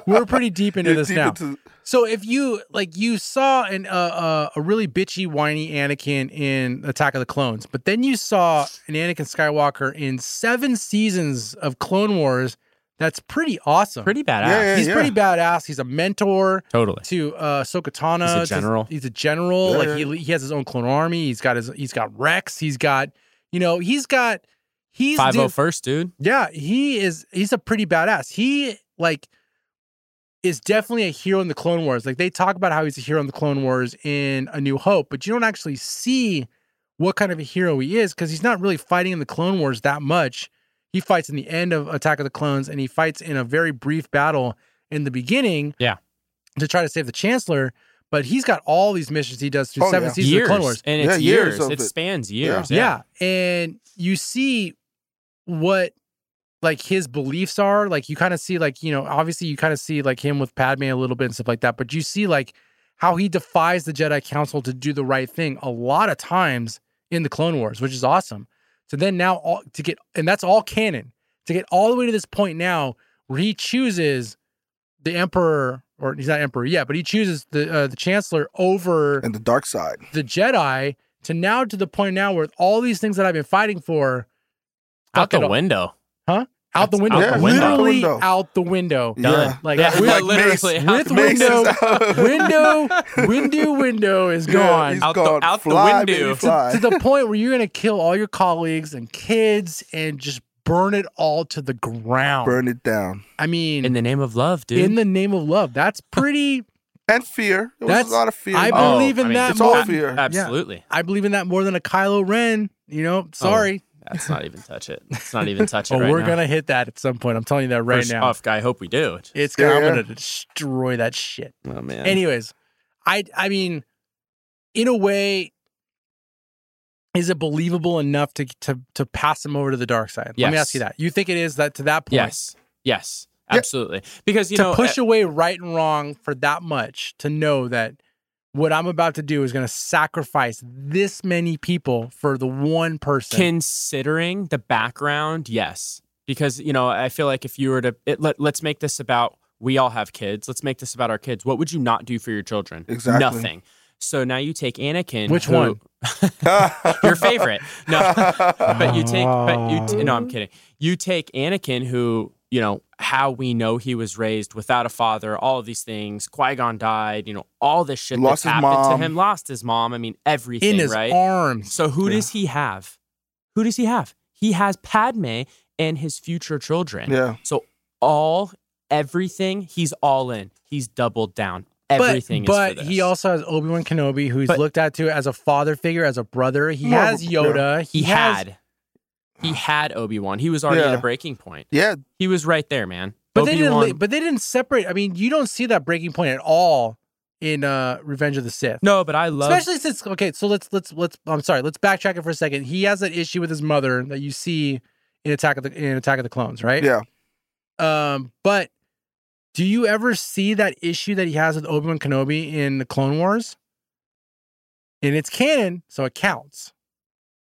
S1: we're pretty deep into
S8: You're
S1: this
S8: deep
S1: now.
S8: into-
S1: So if you like, you saw an uh, uh, a really bitchy, whiny Anakin in Attack of the Clones, but then you saw an Anakin Skywalker in seven seasons of Clone Wars. That's pretty awesome.
S7: pretty badass.
S8: Yeah, yeah.
S1: He's pretty badass. He's a mentor
S7: Totally.
S1: to uh, Sokatana.
S7: He's a general.
S1: He's a general.
S8: Yeah,
S1: like
S8: yeah.
S1: he he has his own clone army. He's got his he's got Rex. He's got you know he's got he's
S7: Five oh
S1: dude,
S7: first, dude.
S1: yeah, he is. He's a pretty badass. He like is definitely a hero in the Clone Wars. Like they talk about how he's a hero in the Clone Wars in A New Hope, but you don't actually see what kind of a hero he is because he's not really fighting in the Clone Wars that much. He fights in the end of Attack of the Clones, and he fights in a very brief battle in the beginning.
S7: Yeah.
S1: to try to save the Chancellor. But he's got all these missions he does through
S8: Oh,
S1: seven
S8: yeah.
S1: seasons of Clone Wars.
S7: and it's
S8: Yeah, years
S7: years.
S8: of
S7: It
S8: it.
S7: spans years.
S1: yeah. And you see what like his beliefs are. Like you kind of see, like, you know, obviously you kind of see like him with Padme a little bit and stuff like that, but you see like how he defies the Jedi Council to do the right thing a lot of times in the Clone Wars, which is awesome. So then now all to get and that's all canon. To get all the way to this point now where he chooses the Emperor, or he's not Emperor yet, but he chooses the uh, the Chancellor over
S8: and the dark side.
S1: the Jedi to now to the point now where all these things that I've been fighting for
S7: Out
S1: Fuck it
S7: the
S1: all.
S7: window.
S1: huh? Out the
S7: That's
S1: window.
S7: out the
S8: window.
S1: Literally
S8: Out the window.
S1: out the window.
S7: Done.
S8: Yeah.
S1: Like
S7: Yeah,
S1: with,
S8: like
S7: literally.
S8: Mace-
S7: out
S1: with
S7: the
S8: Mace is
S1: window,
S8: out.
S1: window, window, window is
S8: Yeah,
S1: gone.
S8: he's
S7: Out the-
S8: gone.
S7: out the
S8: Fly,
S7: window.
S8: baby,
S7: To-
S8: fly.
S1: to the point where you're gonna kill all your colleagues and kids and just burn it all to the ground.
S8: Burn it down.
S1: I mean
S7: In the name of love, dude.
S1: in the name of love. That's pretty
S8: And fear. There was
S1: That's-
S8: a lot of fear. Oh.
S1: I
S7: Oh,
S8: involved.
S1: believe in that
S8: It's all
S1: more-
S8: fear.
S7: Absolutely.
S1: I believe in that more than a Kylo Ren, you know. Sorry.
S7: Let's not even touch it. Let's not even touch it.
S1: Oh,
S7: Oh, right
S1: we're
S7: now.
S1: gonna hit that at some point. I'm telling you that right
S7: First
S1: now.
S7: off, I hope we do.
S1: It's gonna, I'm
S8: Yeah.
S1: gonna destroy that shit.
S7: Oh man.
S1: Anyways, I I mean, in a way, is it believable enough to to to pass him over to the dark side? Let me
S7: Yes.
S1: ask you that. You think it is that to that point?
S7: yes. Yes.
S8: Yeah.
S7: Absolutely. Because you
S1: to
S7: know
S1: push
S7: uh,
S1: away right and wrong for that much to know that what I'm about to do is going to sacrifice this many people for the one person.
S7: considering the background, yes. Because you know, I feel like if you were to it, let, let's make this about we all have kids. Let's make this about our kids. What would you not do for your children?
S8: Exactly.
S7: Nothing. So now you take Anakin.
S1: Which
S7: who-
S1: one?
S7: your favorite. No. but you take but you
S1: Oh.
S7: t- no i'm kidding you take anakin who you know how we know he was raised without a father all of these things qui-gon died you know all this shit
S8: Lost his
S7: that's happened
S8: mom.
S7: to him lost his mom i mean everything
S1: in his
S7: right
S1: arms.
S7: so who does he have who does he have he has padme and his future children
S8: Yeah.
S7: so all everything he's all in he's doubled down everything
S1: but,
S7: is
S1: but
S7: for
S1: he
S7: this.
S1: also has Obi-Wan Kenobi who's
S7: But-
S1: looked at to as a father figure, as a brother. He
S8: More of
S1: has
S8: a-
S1: Yoda.
S7: he,
S1: has-
S7: had he had obi-wan he was already at
S8: Yeah.
S7: a breaking point
S8: Yeah.
S7: He was right there, man.
S1: But they didn't.
S7: Obi-Wan-
S1: li- But they didn't separate. I mean, you don't see that breaking point at all in uh Revenge of the Sith.
S7: no, but I love.
S1: especially since okay. So let's let's let's. I'm sorry. Let's backtrack it for a second. He has an issue with his mother that you see in Attack of the in Attack of the Clones, right?
S8: Yeah.
S1: Um, but do you ever see that issue that he has with Obi Wan Kenobi in the Clone Wars? And it's canon, so it counts.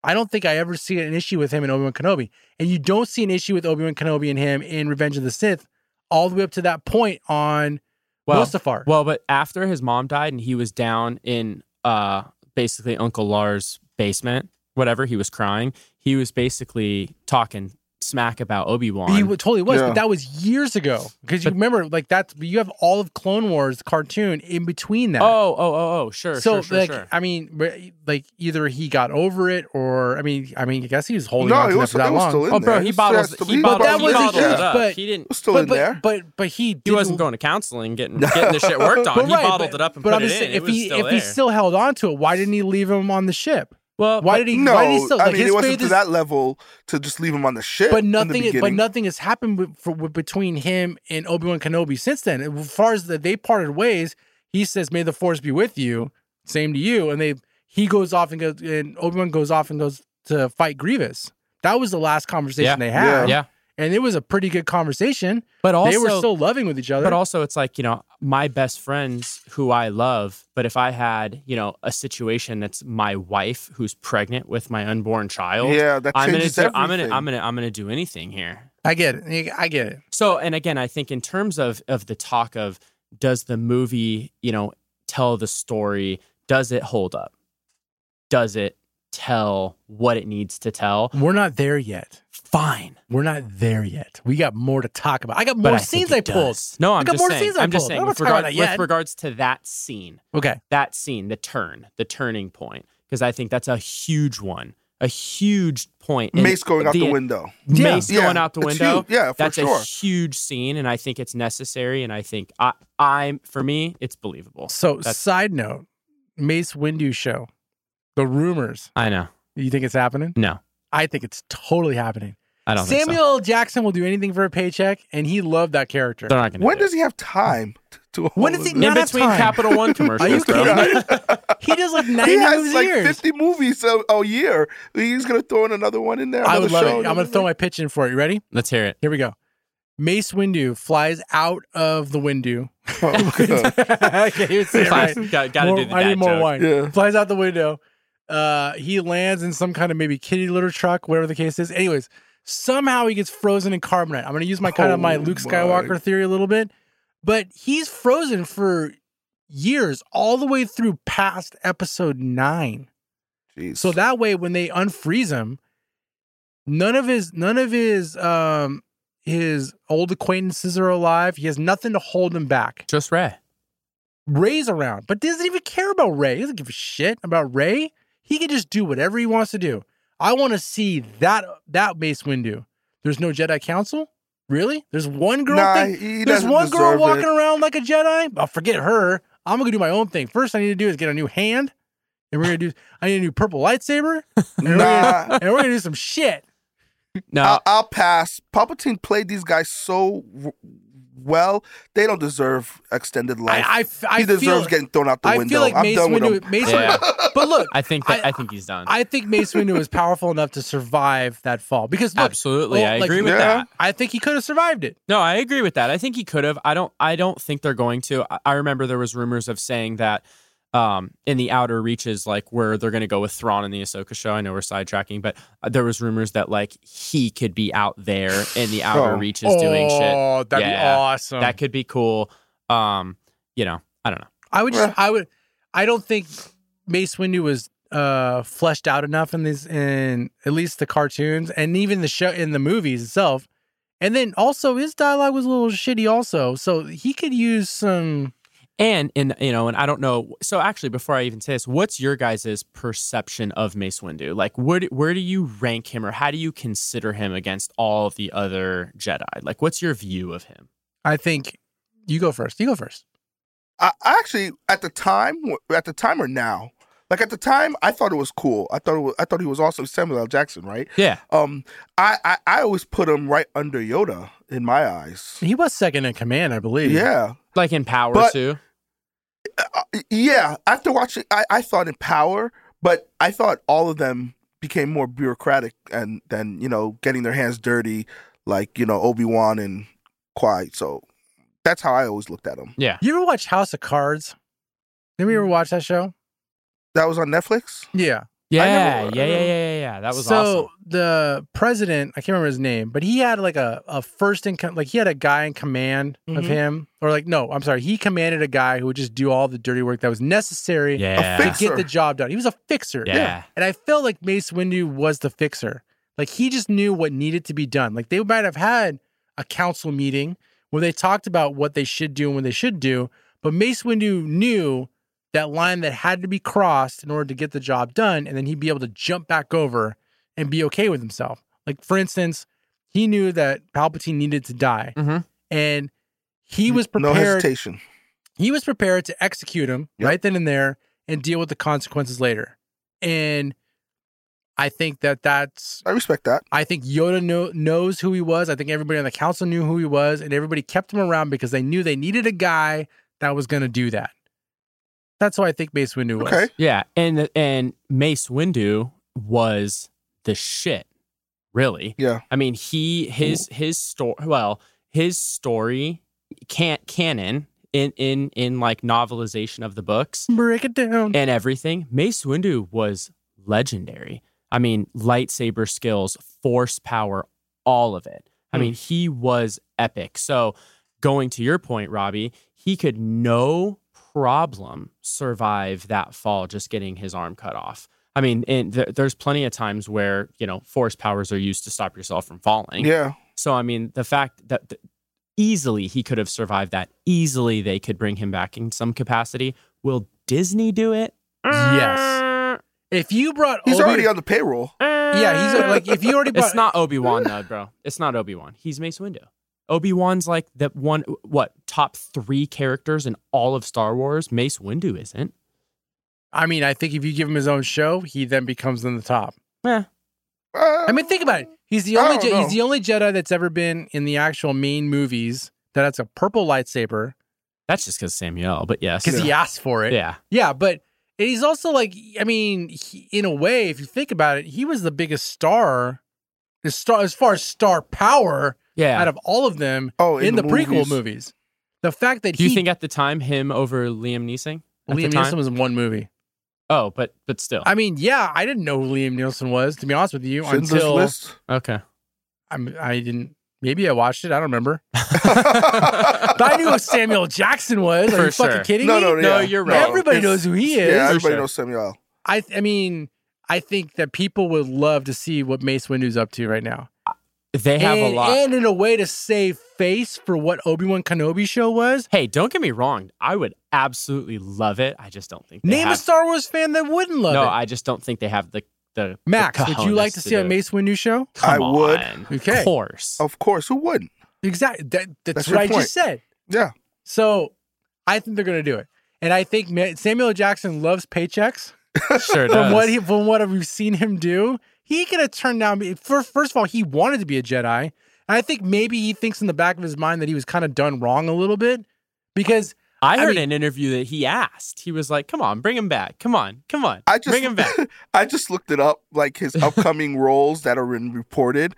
S1: I don't think I ever see an issue with him in Obi Wan Kenobi, and you don't see an issue with Obi Wan Kenobi and him in Revenge of the Sith, all the way up to that point on
S7: well,
S1: Mustafar.
S7: well, but after his mom died and he was down in uh basically Uncle Lars' basement, whatever, he was crying. He was basically talking smack about Obi Wan.
S1: He wa- totally was,
S8: Yeah.
S1: but that was years ago. Because you
S7: But-
S1: remember, like that, you have all of Clone Wars cartoon in between that.
S7: oh, oh, oh, oh, sure,
S1: so
S7: sure, sure,
S1: like,
S7: sure.
S1: I mean, re- like either he got over it, or I mean, I mean, I guess he was holding
S8: No,
S1: on
S8: it
S1: to that
S8: was-
S1: for that
S8: it was
S1: long.
S8: still in
S7: oh, bro,
S8: there.
S7: he
S8: It's
S7: bottles,
S8: just-
S7: he
S8: but
S7: bottles,
S1: that
S7: he
S1: was a
S7: bottled
S1: huge-
S7: it up.
S1: but-
S7: he didn't.
S8: It's still
S1: but,
S8: in
S1: but,
S8: there.
S1: but but he
S7: He
S1: didn't-
S7: wasn't going to counseling, getting getting the shit worked on.
S1: But
S7: he
S1: right,
S7: bottled
S1: but-
S7: it up and
S1: but
S7: put
S1: I'm
S7: it
S1: just
S7: in.
S1: saying,
S7: It
S1: If
S7: was
S1: he
S7: still
S1: if he
S7: there. Uh,
S1: still held on to it, why didn't he leave him on the ship?
S7: well,
S1: Why did he?
S8: No,
S1: why did he still?
S8: I
S1: Like
S8: mean,
S1: his
S8: it wasn't
S1: faith
S8: to
S1: is-
S8: that level to just leave him on the ship.
S1: But
S8: In
S1: nothing,
S8: the
S1: is- but
S8: beginning.
S1: nothing has happened with, for, with, between him and Obi Wan Kenobi since then. As far as that they parted ways, he says, "May the Force be with you." Same to you. And they he goes off and goes, and Obi Wan goes off and goes to fight Grievous. That was the last conversation
S7: Yeah.
S1: they had.
S7: yeah,
S1: and it was a pretty good conversation.
S7: but also
S1: they were still loving with each other.
S7: But also, it's like, you know, my best friends who I love, but if I had, you know, a situation that's my wife who's pregnant with my unborn child,
S8: Yeah, that
S7: I'm gonna,
S8: changes
S7: do, I'm gonna,
S8: everything.
S7: I'm gonna, I'm gonna do anything here.
S1: I get it. I get it.
S7: So, and again, I think in terms of of the talk of does the movie, you know, tell the story? Does it hold up? Does it tell what it needs to tell?
S1: We're not there yet.
S7: Fine.
S1: We're not there yet. We got more to talk about. I got
S7: But
S1: more
S7: I think
S1: scenes
S7: it
S1: I pulled.
S7: does. No, I'm
S1: got
S7: just
S1: more
S7: saying.
S1: scenes I
S7: I'm just
S1: pulled.
S7: saying.
S1: I'm not
S7: With,
S1: talking about
S7: regard,
S1: it
S7: with
S1: yet.
S7: regards to that scene,
S1: Okay.
S7: that scene, the turn, the turning point, because I think that's a huge one, a huge point. in
S8: Mace going out the, window.
S1: Yeah.
S7: Mace
S8: Yeah,
S7: going out the
S8: it's
S7: window.
S8: huge. Yeah, for
S7: that's
S8: sure.
S7: a huge scene, and I think it's necessary. And I think I, I'm for me, it's believable.
S1: So,
S7: That's-
S1: side note, Mace Windu show, the rumors.
S7: I know.
S1: You think it's happening?
S7: No,
S1: I think it's totally happening.
S7: I don't think so.
S1: Samuel L. Jackson will do anything for a paycheck, and he loved that character.
S7: They're not gonna
S8: When
S7: do
S8: does he have time t- to?
S1: When
S8: all
S1: does he
S8: of
S1: not
S7: in
S1: have
S7: between
S1: time?
S7: Capital One
S1: Are
S7: commercials,
S1: you
S7: bro.
S1: kidding me? He does like
S8: this?
S1: ninety
S8: He
S1: movies
S8: has like
S1: a year.
S8: fifty movies a, a year. He's gonna throw in another one in there.
S1: I would
S8: another
S1: love
S8: show,
S1: it. I'm gonna
S8: another
S1: throw
S8: thing.
S1: my pitch in for it. You ready?
S7: Let's hear it.
S1: Here we go. Mace Windu flies out of the Windu.
S8: Oh,
S1: I can't even say it right.
S7: Class. Got, gotta
S1: More-
S7: do the
S1: I
S7: dad
S1: need more
S7: joke.
S1: wine.
S8: Yeah.
S1: Flies out the window. Uh, he lands in some kind of maybe kitty litter truck, whatever the case is. Anyways, somehow he gets frozen in carbonite. I'm gonna use my kind of my
S8: Oh
S1: Luke
S8: my.
S1: Skywalker theory a little bit, but he's frozen for years, all the way through past episode nine.
S8: Jeez.
S1: So that way, when they unfreeze him, none of his none of his um his old acquaintances are alive. He has nothing to hold him back.
S7: Just Ray.
S1: Ray's around, but doesn't even care about Ray. He doesn't give a shit about Ray. He can just do whatever he wants to do. I want to see that that base window. There's no Jedi Council, really. There's one girl.
S8: Nah,
S1: thing-
S8: he
S1: There's
S8: doesn't
S1: one girl
S8: deserve
S1: walking
S8: it.
S1: around like a Jedi. I'll forget her. I'm gonna do my own thing. First, I need to do is get a new hand, and we're gonna do. I need a new purple lightsaber, and, we're,
S8: Nah.
S1: gonna, and we're gonna do some shit.
S7: No,
S8: I'll, I'll pass. Palpatine played these guys so w- well; they don't deserve extended life.
S1: I- I f- I
S8: he deserves
S1: feel-
S8: getting thrown out the
S1: I
S8: window.
S1: feel like
S8: I'm
S1: Mace
S8: done with him.
S1: Windu. Mace
S7: Yeah.
S1: Windu. But look,
S7: I think that, I, think he's done.
S1: I think Mace Windu is powerful enough to survive that fall because look,
S7: Absolutely,
S1: oh,
S7: I
S1: like-
S7: agree with
S8: Yeah.
S7: that.
S1: I think he could have survived it.
S7: No, I agree with that. I think he could have. I don't. I don't think they're going to. I, I remember there was rumors of saying that um, in the outer reaches, like where they're going to go with Thrawn in the Ahsoka show. I know we're sidetracking, but uh, there was rumors that like he could be out there in the outer
S8: Oh.
S7: reaches doing shit.
S1: Oh, that'd
S7: Yeah.
S1: be awesome.
S7: That could be cool. Um, you know, I don't know.
S1: I would
S8: Yeah.
S1: just, I would, I don't think Mace Windu was uh fleshed out enough in these, in at least the cartoons and even the show in the movies itself. And then also his dialogue was a little shitty also. So he could use some,
S7: And and you know, and I don't know. So actually, before I even say this, what's your guys' perception of Mace Windu? Like, where do, where do you rank him, or how do you consider him against all of the other Jedi? Like, what's your view of him?
S1: I think you go first. You go first.
S8: I I actually at the time at the time or now like at the time I thought it was cool I thought it was, I thought he was awesome Samuel L Jackson right
S7: Yeah,
S8: um I, I I always put him right under Yoda in my eyes
S1: He was second in command, I believe.
S8: yeah
S7: like in Power
S8: But-
S7: too.
S8: Uh, yeah after watching I, I thought in Power but I thought all of them became more bureaucratic and than you know getting their hands dirty like you know Obi Wan and Qui so that's how I always looked at him
S7: Yeah,
S1: You ever watch House of Cards? Didn't we ever watch that show?
S8: that was on Netflix
S1: Yeah.
S7: yeah,
S1: never- I
S7: yeah, yeah,
S1: never-
S7: yeah, yeah, yeah. That was
S1: so
S7: awesome.
S1: the president, I can't remember his name, but he had like a, a first in com- like he had a guy in command of
S7: Mm-hmm.
S8: Mhm.
S1: him, or like no, I'm sorry, he commanded a guy who would just do all the dirty work that was necessary
S7: Yeah,
S8: A
S1: to
S8: fix-
S1: get the
S8: Fixer.
S1: job done. He was a fixer,
S7: Yeah. Yeah.
S1: And I felt like Mace Windu was the fixer. Like he just knew what needed to be done. Like they might have had a council meeting where they talked about what they should do and what they should do, but Mace Windu knew that line that had to be crossed in order to get the job done, and then he'd be able to jump back over and be okay with himself. Like for instance, he knew that Palpatine needed to die,
S7: Mhm.
S1: and he was prepared.
S8: no hesitation
S1: He was prepared to execute him
S8: Yep.
S1: right then and there and deal with the consequences later. And I think that that's.
S8: I respect that
S1: I think Yoda know, knows who he was. I think everybody on the council knew who he was, and everybody kept him around because they knew they needed a guy that was going to do that. That's why I think Mace Windu was.
S8: okay
S7: yeah, and and Mace Windu was the shit. Really,
S8: yeah
S7: I mean, he his his story. Well, his story can't canon in in in like novelization of the books
S1: Break it down.
S7: and everything. Mace Windu was legendary. I mean, lightsaber skills, force power, all of it. I mean, he was epic. So, going to your point, Robbie, he could no problem survive that fall just getting his arm cut off. I mean, and th- there's plenty of times where, you know, force powers are used to stop yourself from falling.
S8: Yeah.
S7: So I mean, the fact that th- easily he could have survived that, easily they could bring him back in some capacity. Will Disney do it?
S1: Yes. If you brought
S8: He's
S1: Obi-
S8: already on the payroll.
S1: yeah, he's like if you already brought
S7: It's not Obi Wan though, bro. It's not Obi Wan. He's Mace Windu. Obi Wan's like the one what top three characters in all of Star Wars. Mace Windu isn't.
S1: I mean, I think if you give him his own show, he then becomes in the top.
S7: Eh.
S8: Uh,
S1: I mean, think about it. He's the
S8: I
S1: only
S8: don't
S1: Je-
S8: know.
S1: he's the only Jedi that's ever been in the actual main movies that has a purple lightsaber
S7: That's just because Samuel, but yes.
S1: because he asked for it.
S7: Yeah.
S1: Yeah, but and he's also like, I mean, he, in a way, if you think about it, he was the biggest star, the star as far as star power
S7: Yeah.
S1: out of all of them
S8: Oh,
S1: in,
S8: in
S1: the,
S8: the
S1: prequel
S8: movies.
S1: movies. The fact that
S7: Do you
S1: he
S7: think at the time him over Liam Neeson? At the
S1: Liam
S7: time?
S1: Neeson was in one movie.
S7: Oh, but but still.
S1: I mean, yeah, I didn't know who Liam Neeson was to be honest with you
S8: Schindler's
S1: until
S8: List.
S7: okay.
S1: I'm, I didn't. Maybe I watched it. I don't remember. but I knew who Samuel Jackson was. Are
S7: For
S1: you fucking
S7: sure.
S1: kidding
S8: No,
S1: me?
S8: no, no, yeah.
S7: you're
S8: No,
S7: right.
S1: Everybody
S8: it's-
S1: knows who he is.
S8: Yeah,
S7: for
S8: everybody
S7: sure.
S8: knows Samuel.
S1: I I mean, I think that people would love to see what Mace Windu's up to right now.
S7: They have
S1: and,
S7: a lot.
S1: and in a way to save face for what Obi Wan Kenobi show was.
S7: hey, don't get me wrong. I would absolutely love it. I just don't think they
S1: Name
S7: have,
S1: a Star Wars fan that wouldn't love
S7: No,
S1: it.
S7: I just don't think they have the the the
S1: Max, would you like
S7: cojones
S1: to see a
S7: do-
S1: Mace Windu show?
S8: I
S7: Come
S8: would. Oh.
S7: on.
S1: Okay.
S7: Of course.
S8: Of course, who wouldn't?
S1: Exactly. That, that's, what
S8: That's your
S1: I
S8: point.
S1: just said.
S8: Yeah.
S1: So I think they're going to do it. And I think Ma- Samuel Jackson loves paychecks.
S7: Sure does.
S1: From what he, from what we've seen him do, he could have turned down. For, first of all, he wanted to be a Jedi, and I think maybe he thinks in the back of his mind that he was kind of done wrong a little bit because
S7: I heard
S1: mean-
S7: an interview that he asked. He was like, "Come on, bring him back. Come on, come on,
S8: I just
S7: bring him back."
S8: I just looked it up, like his upcoming roles that are in reported,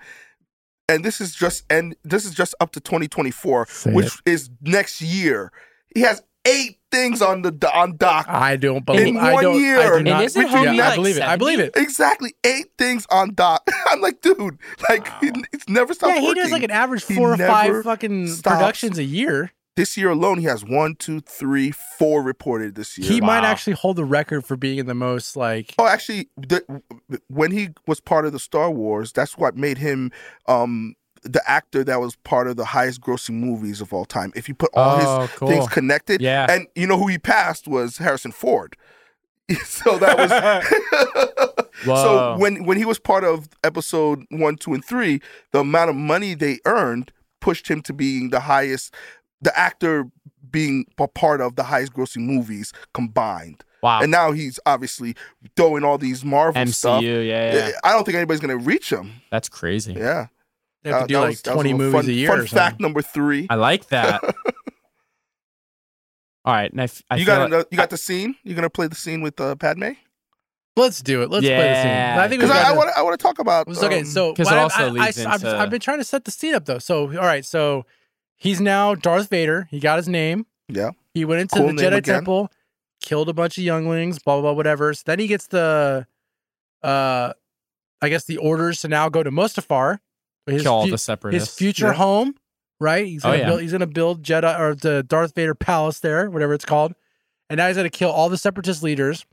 S8: and this is just and this is just up to 2024,
S1: Say
S8: which is next year. He has eight things on the do- on dock.
S1: I don't believe.
S8: In
S1: I
S8: one
S1: don't,
S8: year.
S1: I do
S8: And
S1: not.
S7: isn't
S1: yeah,
S7: Homie
S1: I
S7: like
S1: believe it. I believe it.
S8: Exactly eight things on dock. I'm like, dude, like it- it's never stopped
S1: Yeah, he
S8: working.
S1: does like an average
S8: He
S1: four or
S8: never
S1: five fucking
S8: stops.
S1: productions a year.
S8: this year alone, he has one, two, three, four reported this year.
S1: He might
S7: Wow.
S1: actually hold the record for being the most like.
S8: Oh, actually, the, when he was part of the Star Wars, that's what made him um, the actor that was part of the highest-grossing movies of all time. If you put all
S7: Oh,
S8: his
S7: cool.
S8: things connected,
S7: Yeah.
S8: and you know who he passed was Harrison Ford. so that was so
S7: Whoa.
S8: when when he was part of episode one, two, and three, the amount of money they earned pushed him to being the highest, the actor being a part of the highest-grossing movies combined.
S7: Wow.
S8: And now he's obviously throwing all these Marvel
S7: MCU,
S8: stuff.
S7: yeah, yeah.
S8: I don't think anybody's gonna reach him.
S7: That's crazy.
S8: Yeah,
S1: They have
S8: Uh,
S1: to do
S8: that
S1: like
S8: was- that was
S1: twenty
S8: little
S1: movies
S8: fun,
S1: a year.
S8: Fun
S1: or something.
S8: fact number three.
S7: I like that. All right, and I, f- I
S8: you
S7: feel
S8: got
S7: like-
S8: another, you got the scene. You're gonna play the scene with uh, Padme
S1: Let's do it. Let's play the scene.
S7: Yeah.
S1: I think we
S8: because
S1: got
S8: I
S1: to-
S8: want I want to talk about.
S1: It's okay,
S8: um,
S1: so
S7: 'Cause it
S1: what I-
S7: also
S1: I,
S7: leads
S1: have
S7: into-
S1: I've been trying to set the scene up though. So all right, so he's now Darth Vader. He got his name.
S8: yeah,
S1: He went into
S8: Cool
S1: the
S8: name
S1: Jedi
S8: again.
S1: Temple, killed a bunch of younglings, blah blah blah, whatever. So then he gets the, uh, I guess the orders to now go to Mustafar, his
S7: kill all
S1: fu-
S7: the
S1: his
S7: separatists.
S1: future
S8: Yeah.
S1: home, right? He's
S7: Oh,
S1: gonna
S7: yeah.
S1: build, he's gonna build Jedi or the Darth Vader palace there, whatever it's called, and now he's gonna kill all the separatist leaders,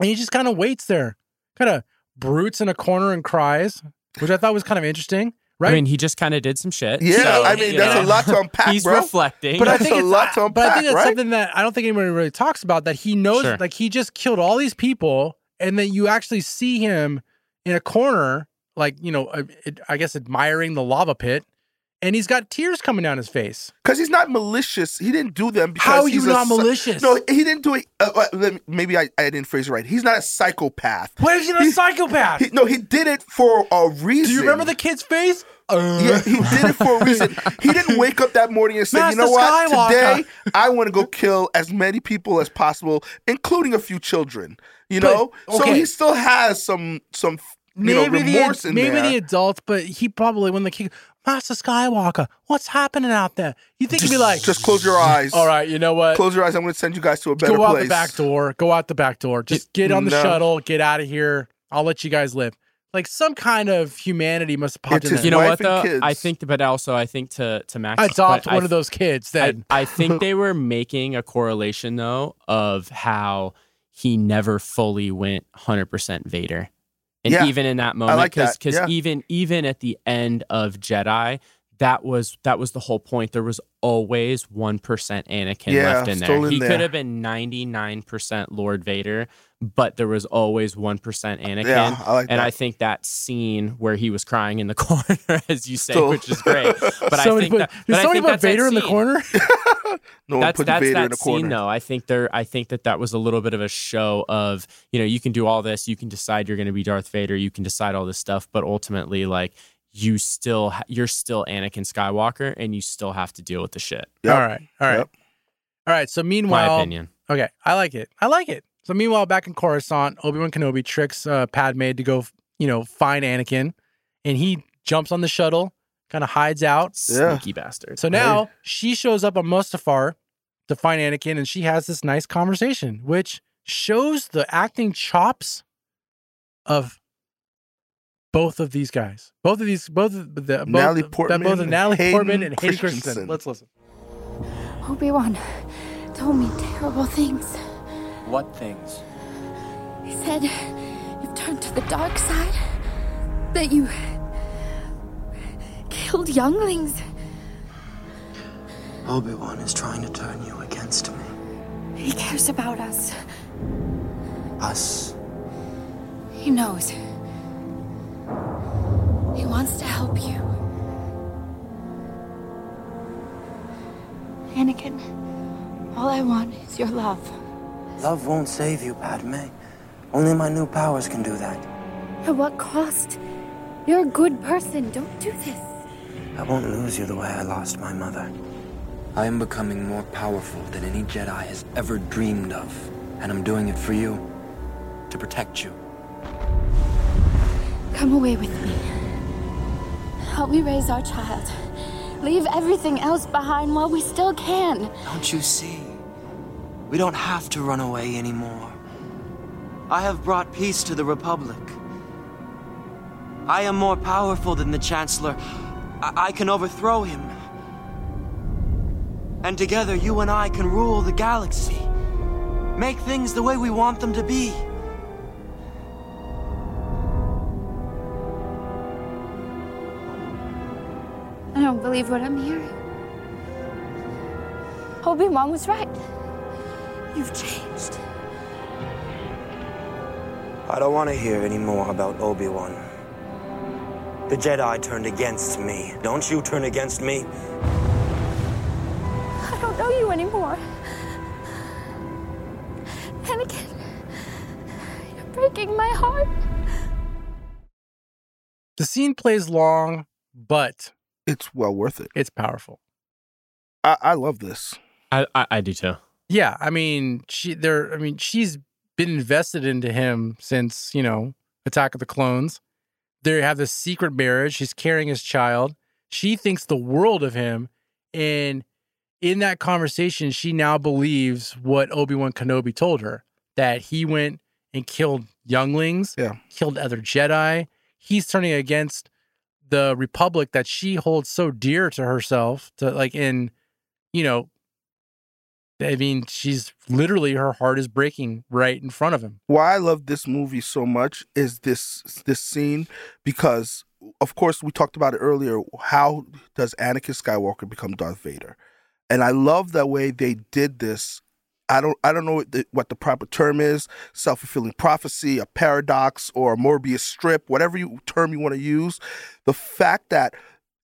S1: and he just kind of waits there, kind of brutes in a corner and cries, which I thought was kind of interesting, right?
S7: I mean, he just kind of did some shit.
S8: yeah.
S7: so,
S8: I mean,
S7: you
S8: that's
S7: know,
S8: a lot to unpack,
S7: He's
S8: bro.
S7: reflecting.
S8: But I
S7: That's
S8: think a lot to unpack,
S1: but I think it's
S8: right?
S1: something that I don't think anybody really talks about. That he knows,
S7: Sure.
S1: like he just killed all these people, and then you actually see him in a corner, like you know, uh, I guess admiring the lava pit, and he's got tears coming down his face.
S8: Because he's not malicious. He didn't do them. Because
S1: How are
S8: he's
S1: you
S8: a
S1: not
S8: psy-
S1: malicious?
S8: No, he didn't do it. Uh, uh, let me- maybe I, I didn't phrase it right. He's not a psychopath.
S1: What if he's not a
S8: He's-
S1: psychopath?
S8: He, no, he did it for a reason.
S1: Do you remember the kid's face? Uh,
S8: Yeah, he did it for a reason. He didn't wake up that morning and say, "You
S1: Master
S8: know what?
S1: Skywalker."
S8: Today, I want to go kill as many people as possible, including a few children." You
S1: But-
S8: know, so
S1: okay.
S8: he still has some some you know remorse
S1: the,
S8: in
S1: maybe
S8: there.
S1: the adult, but he probably when the kid, Master Skywalker, what's happening out there? You think he'd be like,
S8: Just close your eyes.
S1: all right, you know what?
S8: close your eyes. I'm going to send you guys to a better
S1: go out
S8: place.
S1: the back door. Go out the back door. Just get on the
S8: no.
S1: shuttle. Get out of here. I'll let you guys live. Like some kind of humanity must have popped
S8: It's
S1: in
S8: his
S1: there.
S7: you know what
S8: wife and
S7: though?
S8: kids.
S7: I think, but also I think to to Max
S1: Adopt one
S7: I,
S1: of those kids.
S7: I,
S1: Then
S7: I think they were making a correlation though of how he never fully went 100% Vader. And
S8: Yeah.
S7: even in that moment
S8: like
S7: cuz
S8: that. Yeah.
S7: even even at the end of Jedi that was that was the whole point. There was always 1% Anakin
S8: Yeah,
S7: left in
S8: still
S7: there.
S8: in
S7: He
S8: there.
S7: could have been 99% Lord Vader, but there was always 1% Anakin.
S8: Yeah, I like
S7: and
S8: that.
S7: I think that scene where he was crying in the corner as you say,
S8: Still-
S7: which is great. But I
S1: Somebody
S7: think
S1: put,
S7: that,
S1: did
S7: but I
S1: somebody
S7: think
S1: put
S7: that's that
S1: Vader in the
S7: scene.
S1: corner?
S8: no one
S7: that's
S8: put
S7: that's
S8: Vader
S7: that
S8: in a
S7: scene
S8: corner.
S7: though. I think there. I think that that was a little bit of a show of you know you can do all this, you can decide you're going to be Darth Vader, you can decide all this stuff, but ultimately like you still ha- you're still Anakin Skywalker, and you still have to deal with the shit.
S8: Yep.
S1: All right. All right.
S8: Yep.
S1: All right. So
S7: My
S1: meanwhile,
S7: opinion.
S1: Okay, I like it. I like it. So meanwhile, back in Coruscant, Obi Wan Kenobi tricks uh, Padme to go, you know, find Anakin, and he jumps on the shuttle, kind of hides out.
S8: Yeah.
S7: Sneaky bastard.
S1: So now she shows up on Mustafar to find Anakin, and she has this nice conversation, which shows the acting chops of both of these guys. Both of these, both of the both,
S8: Natalie
S1: that
S8: Portman
S1: both of
S8: and
S1: Natalie
S8: Hayden
S1: Portman and Hayden Christensen.
S8: Christensen.
S1: Let's listen.
S5: Obi Wan told me terrible things.
S6: What things?
S5: He said you've turned to the dark side, that you killed younglings.
S6: Obi-Wan is trying to turn you against me.
S5: He cares about us.
S6: Us.
S5: He knows. He wants to help you. Anakin, all I want is your love.
S4: Love won't save you, Padme. Only my new powers can do that.
S5: At what cost? You're a good person. Don't do this.
S4: I won't lose you the way I lost my mother.
S6: I am becoming more powerful than any Jedi has ever dreamed of. And I'm doing it for you. To protect you.
S5: Come away with me. Help me raise our child. Leave everything else behind while we still can.
S6: Don't you see? We don't have to run away anymore. I have brought peace to the Republic. I am more powerful than the Chancellor. I, I can overthrow him. And together, you and I can rule the galaxy. Make things the way we want them to be.
S5: I don't believe what I'm hearing. Obi Wan was right. You've changed.
S4: I don't want to hear any more about Obi Wan. The Jedi turned against me. Don't you turn against me?
S5: I don't know you anymore. Anakin, you're breaking my heart.
S1: The scene plays long, but
S8: It's well worth it.
S1: it's powerful.
S8: I, I love this.
S7: I, I I do too.
S1: Yeah, I mean, she there. I mean, she's been invested into him since you know Attack of the Clones. They have this secret marriage. She's carrying his child. She thinks the world of him, and in that conversation, she now believes what Obi Wan Kenobi told her that he went and killed younglings,
S8: Yeah.
S1: killed other Jedi. He's turning against the Republic that she holds so dear to herself. To like in, you know, I mean, she's literally her heart is breaking right in front of him.
S8: why I love this movie so much is this this scene because of course we talked about it earlier how does Anakin Skywalker become Darth Vader and I love that way they did this I don't I don't know what the, what the proper term is self-fulfilling prophecy a paradox or a Morbius strip whatever you, term you want to use the fact that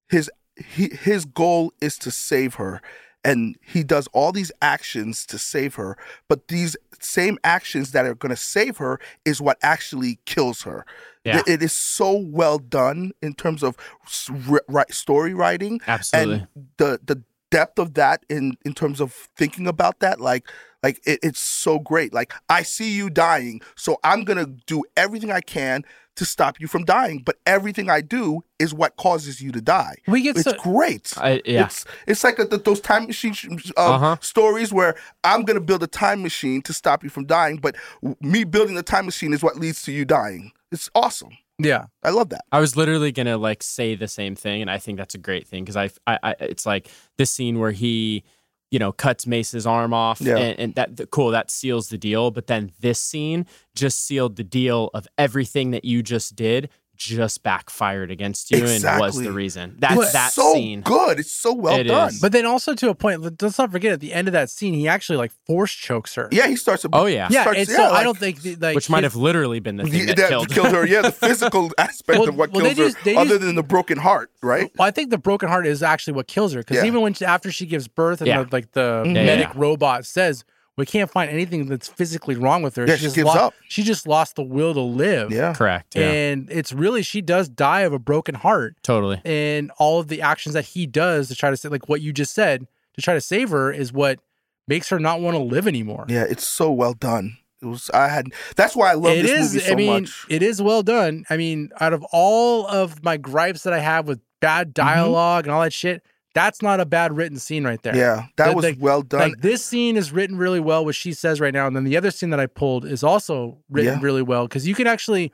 S8: his he, his goal is to save her and he does all these actions to save her but these same actions that are going to save her is what actually kills her
S7: Yeah.
S8: Th- it is so well done in terms of s- ri- ri- story writing
S7: Absolutely.
S8: and the the depth of that in in terms of thinking about that like like it, it's so great like i see you dying so i'm gonna do everything i can to stop you from dying but everything i do is what causes you to die
S1: We get
S8: it's
S1: so-
S8: great
S7: I, yeah.
S8: it's it's like a, th- those time machine sh- sh- uh,
S7: Uh-huh.
S8: stories where I'm gonna build a time machine to stop you from dying, but w- me building the time machine is what leads to you dying. It's awesome.
S1: Yeah.
S8: I love that.
S7: I was literally gonna like say the same thing, and I think that's a great thing because I, I, I, it's like this scene where he, you know, cuts Mace's arm off,
S8: Yeah.
S7: and, and that th- cool, that seals the deal. But then this scene just sealed the deal of everything that you just did. just backfired against you and was
S8: Exactly.
S7: the reason. That's
S8: It's
S7: that
S8: so
S7: scene.
S8: good. It's so well
S7: It
S8: done.
S7: is.
S8: But
S1: But then also to a point, let- let's not forget at the end of that scene, he actually like force chokes her.
S8: yeah, he starts. A,
S7: Oh yeah.
S1: yeah.
S8: starts-
S1: and so
S8: yeah,
S1: I
S8: like-
S1: don't think the, like
S7: Which might
S1: his-
S7: have literally been the
S8: the-
S7: thing that,
S8: that
S7: killed,
S8: her. Yeah, the physical aspect
S1: Well-
S8: of what
S1: well, they
S8: kills her,
S1: just- they
S8: other
S1: just-
S8: than the broken heart, right?
S1: Well, I think the broken heart is actually what kills her because
S8: Yeah.
S1: even when she, after she gives birth and
S7: Yeah. Mm-hmm.
S1: the, like the
S7: yeah,
S1: medic
S7: yeah.
S1: robot says we can't find anything that's physically wrong with her.
S8: Yeah, she
S1: just
S8: gives
S1: lost,
S8: up.
S1: She just lost the will to live.
S8: Yeah.
S7: Correct. Yeah.
S1: and it's really she does die of a broken heart,
S7: totally.
S1: and all of the actions that he does to try to say like what you just said to try to save her is what makes her not want to live anymore.
S8: Yeah, it's so well done. It was. I had. That's why I love
S1: It
S8: this
S1: is.
S8: movie so
S1: I mean,
S8: much.
S1: it is well done. I mean, out of all of my gripes that I have with bad
S8: Mm-hmm.
S1: dialogue and all that shit, that's not a bad written scene right there.
S8: Yeah, that
S1: The-
S8: was
S1: the-
S8: well done.
S1: Like this scene is written really well, what she says right now, and then the other scene that I pulled is also written
S8: Yeah.
S1: really well because you can actually,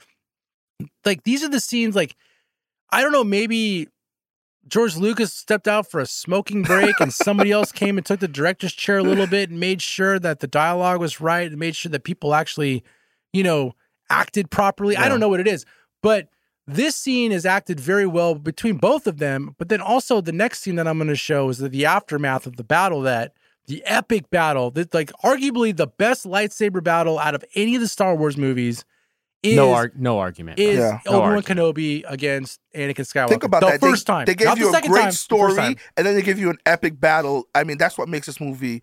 S1: like, these are the scenes. Like, I don't know, maybe George Lucas stepped out for a smoking break, and somebody else came and took the director's chair a little bit and made sure that the dialogue was right and made sure that people actually, you know, acted properly. I don't know what it is, but. This scene is acted very well between both of them, but then also the next scene that I'm going to show is the, the aftermath of the battle that the epic battle that like arguably the best lightsaber battle out of any of the Star Wars movies is
S7: no arg- no argument.
S1: is
S8: Yeah.
S7: No
S1: Obi-Wan
S7: argument.
S1: Kenobi against Anakin Skywalker.
S8: Think about
S1: the
S8: that. They-
S1: first time.
S8: they gave
S1: Not
S8: you
S1: the
S8: a
S1: second
S8: great
S1: time, the first
S8: story,
S1: time.
S8: and then they give you an epic battle. I mean, that's what makes this movie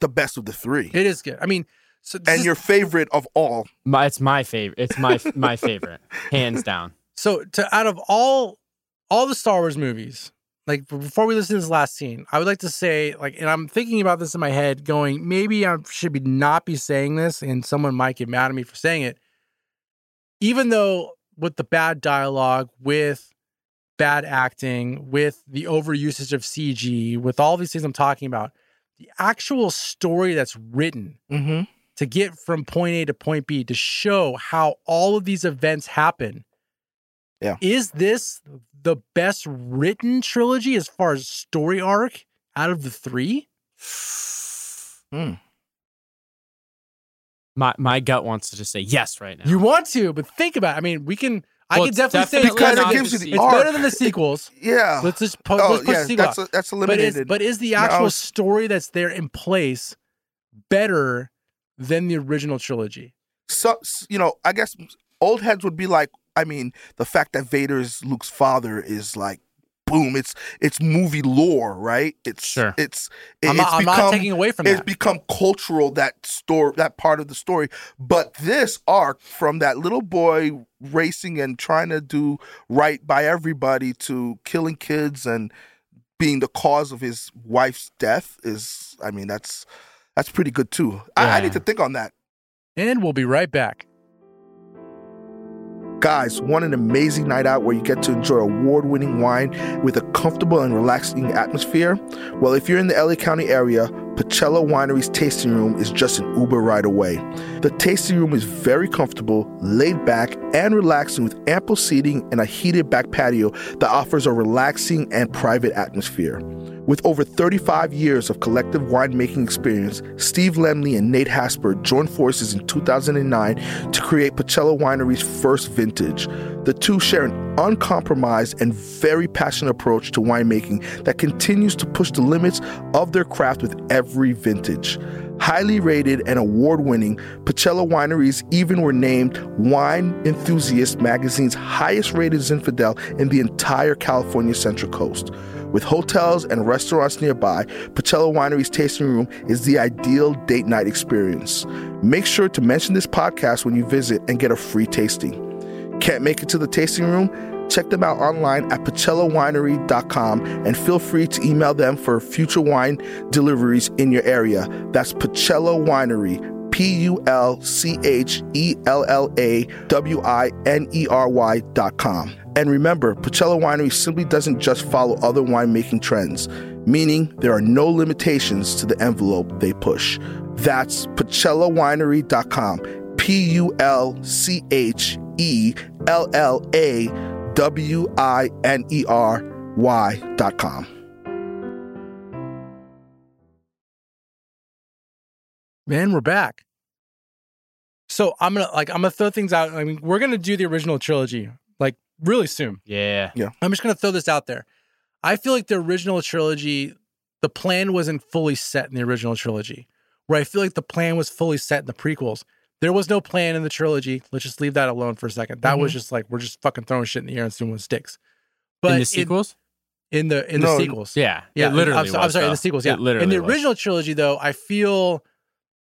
S8: the best of the three,
S1: It is good. I mean, so this
S8: and
S1: is-
S8: your favorite of all.
S7: My, it's my favorite. It's my my favorite, hands down.
S1: so to out of all all the Star Wars movies, like before we listen to this last scene, I would like to say like, and I'm thinking about this in my head, going maybe I should be not be saying this, and someone might get mad at me for saying it. Even though with the bad dialogue, with bad acting, with the overusage of CG, with all these things I'm talking about, the actual story that's written
S8: Mm-hmm.
S1: to get from point A to point B to show how all of these events happen.
S8: Yeah.
S1: Is this the best written trilogy as far as story arc out of the three?
S7: My my gut wants to just say yes right now.
S1: You want to, but think about it. I mean, we can, I
S7: Well,
S1: can
S7: it's
S1: definitely, say
S7: definitely
S8: Because it
S7: not
S8: gives you
S7: the
S8: the
S1: it's
S7: sequel.
S8: arc.
S1: better than the sequels.
S8: Yeah.
S1: Let's just put,
S8: oh
S1: let's put
S8: yeah,
S1: sequel
S8: that's
S1: out.
S8: a, that's
S1: but is,
S8: eliminated.
S1: but is the
S8: No,
S1: actual
S8: it's-
S1: story that's there in place better than the original trilogy?
S8: so, s- you know, I guess old heads would be like, I mean, the fact that Vader is Luke's father is like, boom, it's it's movie lore, right? It's
S7: Sure.
S8: It's it,
S1: I'm,
S8: it's
S1: not, I'm
S8: become
S1: not taking away from
S8: it's
S1: that.
S8: become cultural that story, that part of the story. But this arc from that little boy racing and trying to do right by everybody to killing kids and being the cause of his wife's death is, I mean, that's that's pretty good too. I, I
S7: Yeah.
S8: need to think on that.
S1: and we'll be right back.
S8: Guys, want an amazing night out where you get to enjoy award winning wine with a comfortable and relaxing atmosphere? Well, if you're in the LA County area, Pacella Winery's tasting room is just an Uber ride away. The tasting room is very comfortable, laid back, and relaxing with ample seating and a heated back patio that offers a relaxing and private atmosphere. With over 35 years of collective winemaking experience, Steve Lemley and Nate Hasper joined forces in 2009 to create Pacella Winery's first vintage. The two share an uncompromised and very passionate approach to winemaking that continues to push the limits of their craft with every vintage. Highly rated and award winning, Pacella Wineries even were named Wine Enthusiast magazine's highest rated Zinfandel in the entire California Central Coast. With hotels and restaurants nearby, Pacella Winery's tasting room is the ideal date night experience. Make sure to mention this podcast when you visit and get a free tasting. Can't make it to the tasting room? Check them out online at pacellawinery.com and feel free to email them for future wine deliveries in your area. That's Pacella Winery, P U L C H E L L A W I N E R Y dot com. And remember, Pacella Winery simply doesn't just follow other winemaking trends, meaning there are no limitations to the envelope they push. That's pacellawinery.com. P U L C H E L L A W I N E R Y dot com.
S1: Man, we're back. So I'm gonna like I'm gonna throw things out. I mean, we're gonna do the original trilogy. Like really soon.
S7: Yeah.
S8: Yeah.
S1: I'm just going to throw this out there. I feel like the original trilogy, the plan wasn't fully set in the original trilogy, where I feel like the plan was fully set in the prequels. There was no plan in the trilogy. Let's just leave that alone for a second. That was just like, we're just fucking throwing shit in the air and seeing what sticks. But
S7: Mm-hmm. in
S1: it-
S7: the sequels?
S1: in the in the
S8: No,
S1: sequels.
S7: yeah.
S1: Yeah,
S7: It literally
S1: I'm, so- I'm
S7: was,
S1: sorry, in
S7: though.
S1: the sequels. Yeah,
S7: It literally
S1: in the
S7: was.
S1: original trilogy, though, I feel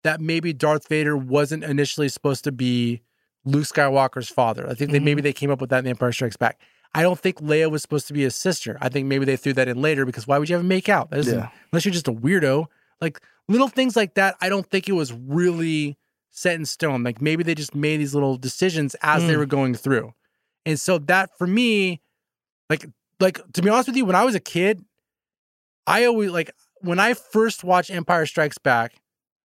S1: that maybe Darth Vader wasn't initially supposed to be Luke Skywalker's father. I think they,
S7: Mm-hmm.
S1: maybe they came up with that in The Empire Strikes Back. I don't think Leia was supposed to be his sister. I think maybe they threw that in later because why would you have a make out? That isn't-
S8: Yeah.
S1: Unless you're just a weirdo. Like little things like that, I don't think it was really set in stone. Like maybe they just made these little decisions as they were going through. And so that for me, like like to be honest with you, when I was a kid, I always like when I first watched Empire Strikes Back,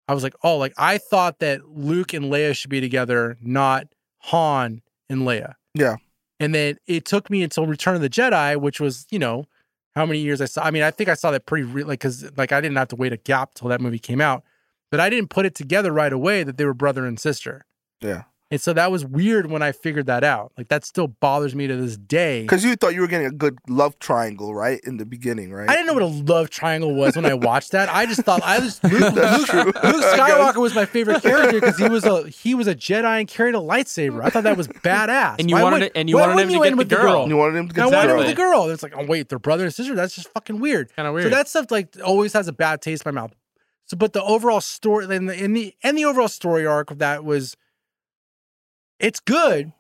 S1: I was like, oh, like I thought that Luke and Leia should be together, not Han and Leia.
S8: Yeah.
S1: And then it took me until Return of the Jedi, which was, you know, how many years I saw. I mean, I think I saw that pretty re- like because like I didn't have to wait a gap till that movie came out, but I didn't put it together right away that they were brother and sister.
S8: Yeah.
S1: And so that was weird when I figured that out. Like that still bothers me to this day.
S8: Because you thought you were getting a good love triangle, right? In the beginning, right?
S1: I didn't know what a love triangle was when I watched that. I just thought I was Luke,
S8: That's
S1: Luke,
S8: true.
S1: Luke
S8: I guess.
S1: Skywalker was my favorite character because he was a he was a Jedi and carried a lightsaber. I thought that was badass.
S7: And you
S1: Why
S7: wanted
S1: would-
S7: it- and you
S1: why
S7: wanted
S1: wouldn't
S7: him to
S1: you
S7: get
S1: end
S7: the
S1: with the
S7: girl.
S1: girl?
S8: You wanted him to get
S1: I
S8: the
S1: wanted it with a
S8: girl.
S1: girl. It's like, oh wait, they're brother and sister. That's just fucking weird.
S7: Kinda
S1: So
S7: weird.
S1: that stuff like always has a bad taste in my mouth. So, but the overall story and the and the, and the overall story arc of that was, it's good,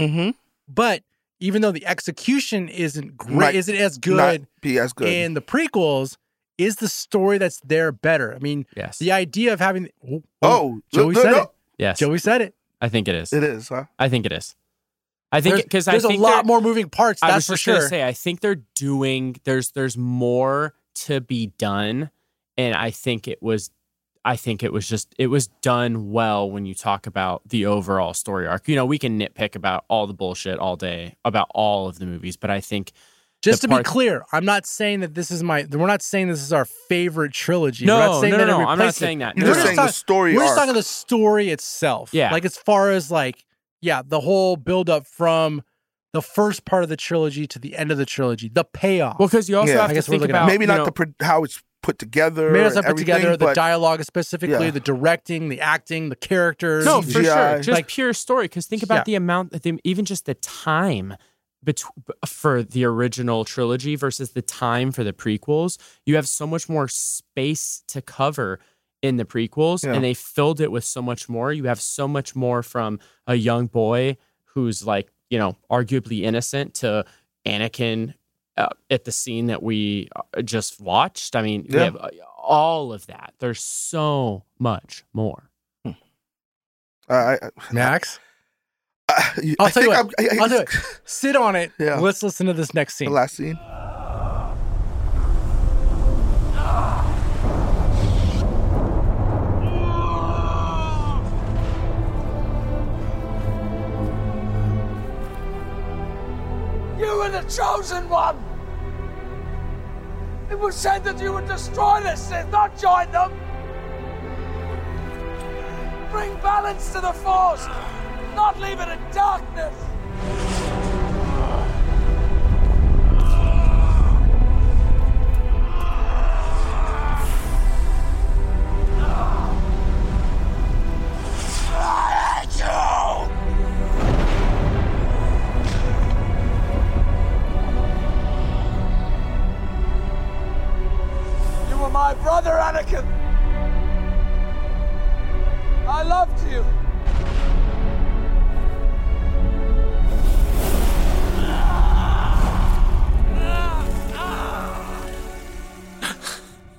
S8: Mm-hmm.
S1: but even though the execution isn't great,
S8: Right.
S1: isn't as
S8: Not
S1: good
S8: be as good.
S1: in the prequels, is the story that's there better? I mean,
S7: Yes.
S1: the idea of having oh,
S8: oh,
S1: Joey
S8: no,
S1: said
S8: no,
S1: it.
S7: Yes.
S1: Joey said it.
S7: I think it is.
S8: it is, huh?
S7: I think it is. I think
S1: There's-
S7: because I
S1: there's
S7: think
S1: a lot
S7: they're-
S1: more moving parts. That's
S7: I was
S1: for
S7: just
S1: sure.
S7: gonna say I think they're doing there's there's more to be done, and I think it was I think it was just it was done well when you talk about the overall story arc. You know, we can nitpick about all the bullshit all day about all of the movies, but I think
S1: Just to
S7: the
S1: be
S7: parts-
S1: clear, I'm not saying that this is my. We're not saying this is our favorite trilogy.
S7: No,
S1: we're not saying
S7: no,
S1: that
S7: no,
S1: it
S7: no, I'm not
S1: replaced it.
S7: saying that.
S8: You're
S1: We're
S8: just
S1: just
S8: saying the
S1: talking-
S8: story
S1: We're just
S8: arc.
S1: talking the story itself.
S7: Yeah.
S1: Like as far as like, yeah, the whole buildup from the first part of the trilogy to the end of the trilogy, the payoff.
S7: well because you also
S8: Yeah.
S7: have
S1: I
S7: to
S1: guess we're
S7: think
S1: looking at-
S7: about
S8: Maybe
S7: you
S8: not
S7: know,
S8: the pro- how it's put together.
S1: Maybe
S8: and
S1: it's not put
S8: everything,
S1: together the
S8: but-
S1: dialogue specifically,
S8: Yeah.
S1: the directing, the acting, the characters.
S7: no for
S8: CGI.
S7: sure just
S1: Like-
S7: pure story because think about
S1: Yeah.
S7: the amount the, even just the time betw- for the original trilogy versus the time for the prequels you have so much more space to cover in the prequels
S8: Yeah.
S7: and they filled it with so much more you have so much more from a young boy who's like you know arguably innocent to anakin uh, at the scene that we uh, just watched i mean we
S8: Yeah.
S7: have uh, all of that there's so much more
S8: uh, I,
S1: Max,
S8: I, I,
S1: I'll
S8: I
S1: tell you
S8: think
S1: what.
S8: I'm- I, I,
S1: I'll do it. Sit on it.
S8: Yeah.
S1: Let's listen to this next
S8: The
S1: scene.
S8: last scene.
S11: You were the chosen one. It was said that you would destroy the Sith, not join them. Bring balance to the Force, not leave it in darkness. I hate you! You were my brother, Anakin. I loved you.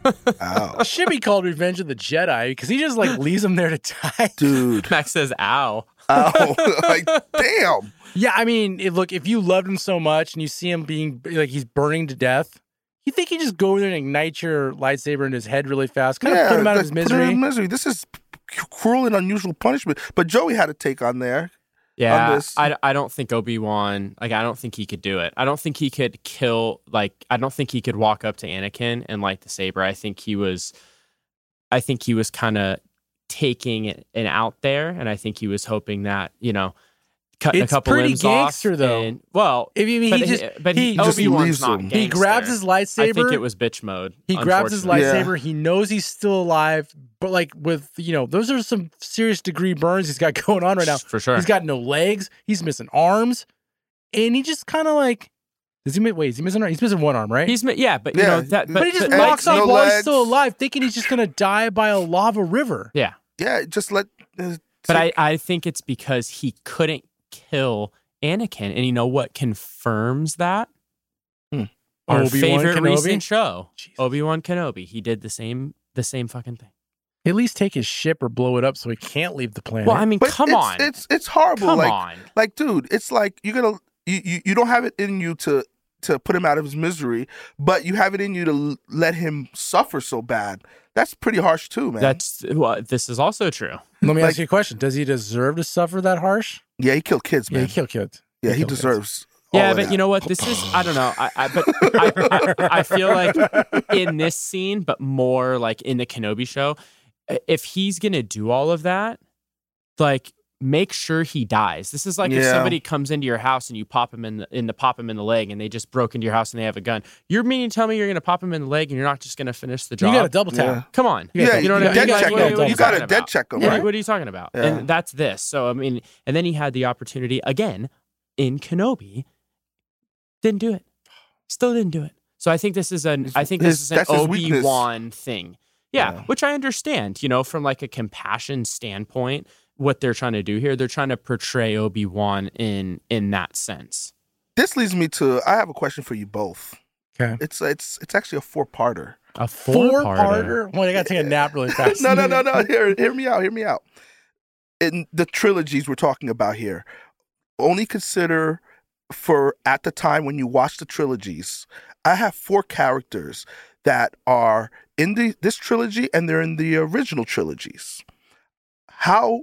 S1: It should be called Revenge of the Jedi because he just like leaves him there to die.
S8: Dude.
S7: max says ow
S8: Ow. like, damn.
S1: Yeah, I mean, it, look, if you loved him so much and you see him being like he's burning to death, you think you just go in there and ignite your lightsaber in his head really fast, kind of put him out of
S8: like,
S1: his
S8: Put him out of
S1: misery.
S8: misery. This is c- cruel and unusual punishment. But Joey had a take on there.
S7: Yeah,
S8: this.
S7: I, I don't think Obi Wan like I don't think he could do it. I don't think he could kill like I don't think he could walk up to Anakin and light the saber. I think he was, I think he was kind of taking it and out there, and I think he was hoping that you know, cutting
S1: It's
S7: a couple
S1: pretty
S7: limbs
S1: gangster,
S7: off.
S1: though.
S7: And, well,
S1: I mean, he
S7: but
S1: just-
S7: but
S1: he just
S7: Obi-Wan's
S1: leaves
S7: not
S1: him. He grabs his
S7: gangster. I think
S1: lightsaber.
S7: it was bitch mode.
S1: He grabs his
S7: unfortunately.
S1: lightsaber. He knows he's still alive, but like with you know, those are some serious degree burns he's got going on right now.
S7: For sure.
S1: he's got no legs. He's missing arms, and he just kind of like does he? mi- Wait, is he missing? an arm? He's missing one arm, right?
S7: He's mi- yeah, but you know that. But,
S1: he just
S7: but-
S1: walks off
S8: no
S1: while he's
S8: legs.
S1: still alive, thinking he's just gonna die by a lava river.
S7: yeah.
S8: Yeah, just let. Uh,
S7: But I, I think it's because he couldn't kill Anakin, and you know what confirms that?
S8: Hmm.
S7: Our
S1: Obi-Wan
S7: favorite
S1: Kenobi?
S7: recent show, Obi Wan Kenobi. He did the same the same fucking thing.
S1: At least take his ship or blow it up so he can't leave the planet.
S7: Well, I mean,
S8: But
S7: come
S8: it's,
S7: on.
S8: It's it's horrible.
S7: Come
S8: like,
S7: on.
S8: like, dude, it's like you're gonna you, you you don't have it in you to to put him out of his misery, but you have it in you to l- let him suffer so bad. That's pretty harsh too, man.
S7: That's well, this is also true.
S1: Let me
S8: like-
S1: ask you a question: Does he deserve to suffer that harsh?
S8: yeah, he killed kids,
S1: Yeah,
S8: man.
S1: he killed kids.
S8: Yeah, he
S1: killed kids.
S8: deserves. all
S7: Yeah,
S8: of
S7: but
S8: that.
S7: you know what? This is I don't know. I, I but I, I, I feel like in this scene, but more like in the Kenobi show, i- if he's gonna do all of that, like make sure he dies. This is like if
S8: Yeah.
S7: somebody comes into your house and you pop him in the, in the pop him in the leg, and they just broke into your house and they have a gun. You're meaning to tell me you're gonna pop him in the leg and you're not just gonna finish the
S1: You
S7: job?
S1: got to double
S8: Yeah.
S1: tap.
S7: Come on.
S1: You
S8: yeah,
S1: gotta-
S8: you,
S1: you know what I mean?
S8: dead
S1: You gotta-
S8: check
S1: you gotta
S8: him. You
S1: double
S8: got
S1: tap
S8: to
S1: it
S8: dead
S7: out.
S8: check him,
S7: What, are-
S8: right?
S7: what are you talking about?
S8: Yeah.
S7: And that's this. So I mean, and then he had the opportunity again in Kenobi, didn't do it. Still didn't do it. So I think this is an I think
S8: his-
S7: this is an
S8: that's his
S7: Obi
S8: weakness.
S7: Wan thing. Yeah,
S8: Yeah.
S7: which I understand. You know, from like a compassion standpoint, what they're trying to do here, they're trying to portray Obi Wan in in that sense.
S8: This leads me to. I have a question for you both.
S1: Okay.
S8: It's it's it's actually a four parter.
S7: A
S1: Four parter. Well, I got to take a nap really fast.
S8: no, no, no, no. Hear, hear me out. Hear me out. In the trilogies we're talking about here, only consider for at the time when you watch the trilogies, I have four characters that are in the this trilogy and they're in the original trilogies. How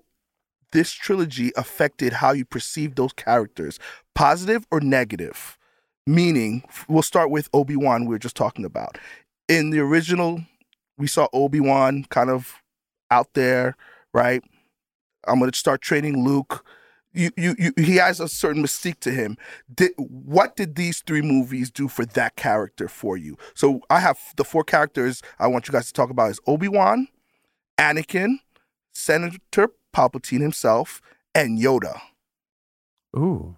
S8: this trilogy affected how you perceive those characters, positive or negative? Meaning, we'll start with Obi Wan, we were just talking about. In the original we saw Obi Wan kind of out there, right? I'm gonna start training Luke. You, you, you, he has a certain mystique to him. Did, what did these three movies do for that character for you? So I have the four characters I want you guys to talk about is Obi Wan, Anakin, Senator Palpatine himself, and Yoda.
S7: Ooh.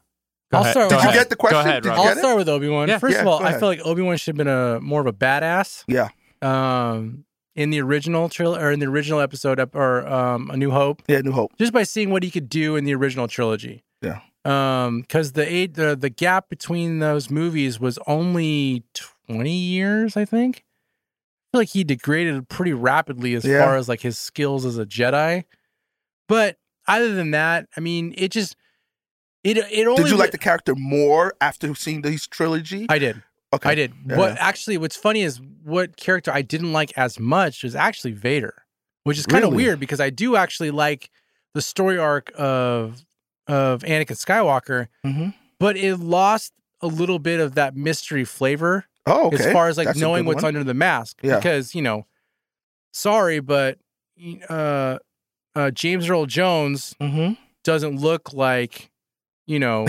S1: I'll start
S7: Go
S1: with- Did you
S7: ahead.
S8: get the question?
S7: Go ahead,
S8: Did you
S7: Rob.
S8: get
S1: I'll
S8: it?
S1: start with Obi Wan.
S7: Yeah.
S1: First
S8: Yeah,
S1: of all,
S8: go
S1: I
S8: ahead.
S1: feel like Obi Wan should have been a more of a badass.
S8: Yeah,
S1: Um, in the original tril or in the original episode up or um, A New Hope,
S8: yeah, New Hope.
S1: just by seeing what he could do in the original trilogy.
S8: Yeah.
S1: Um, because the eight the the gap between those movies was only twenty years, I think. I feel like he degraded pretty rapidly as
S8: Yeah.
S1: far as like his skills as a Jedi. But other than that, I mean, it just it it only
S8: Did you
S1: wa-
S8: like the character more after seeing these trilogy?
S1: I did.
S8: okay,
S1: I did.
S8: Yeah,
S1: What
S8: yeah.
S1: actually? What's funny is what character I didn't like as much was actually Vader, which is kind of
S8: Really?
S1: weird because I do actually like the story arc of of Anakin Skywalker,
S8: Mhm.
S1: but it lost a little bit of that mystery flavor
S8: Oh, okay.
S1: as far as like
S8: That's a
S1: knowing
S8: good
S1: what's
S8: one.
S1: under the mask.
S8: Yeah.
S1: Because you know, sorry, but uh, uh, James Earl Jones
S8: Mhm.
S1: doesn't look like you know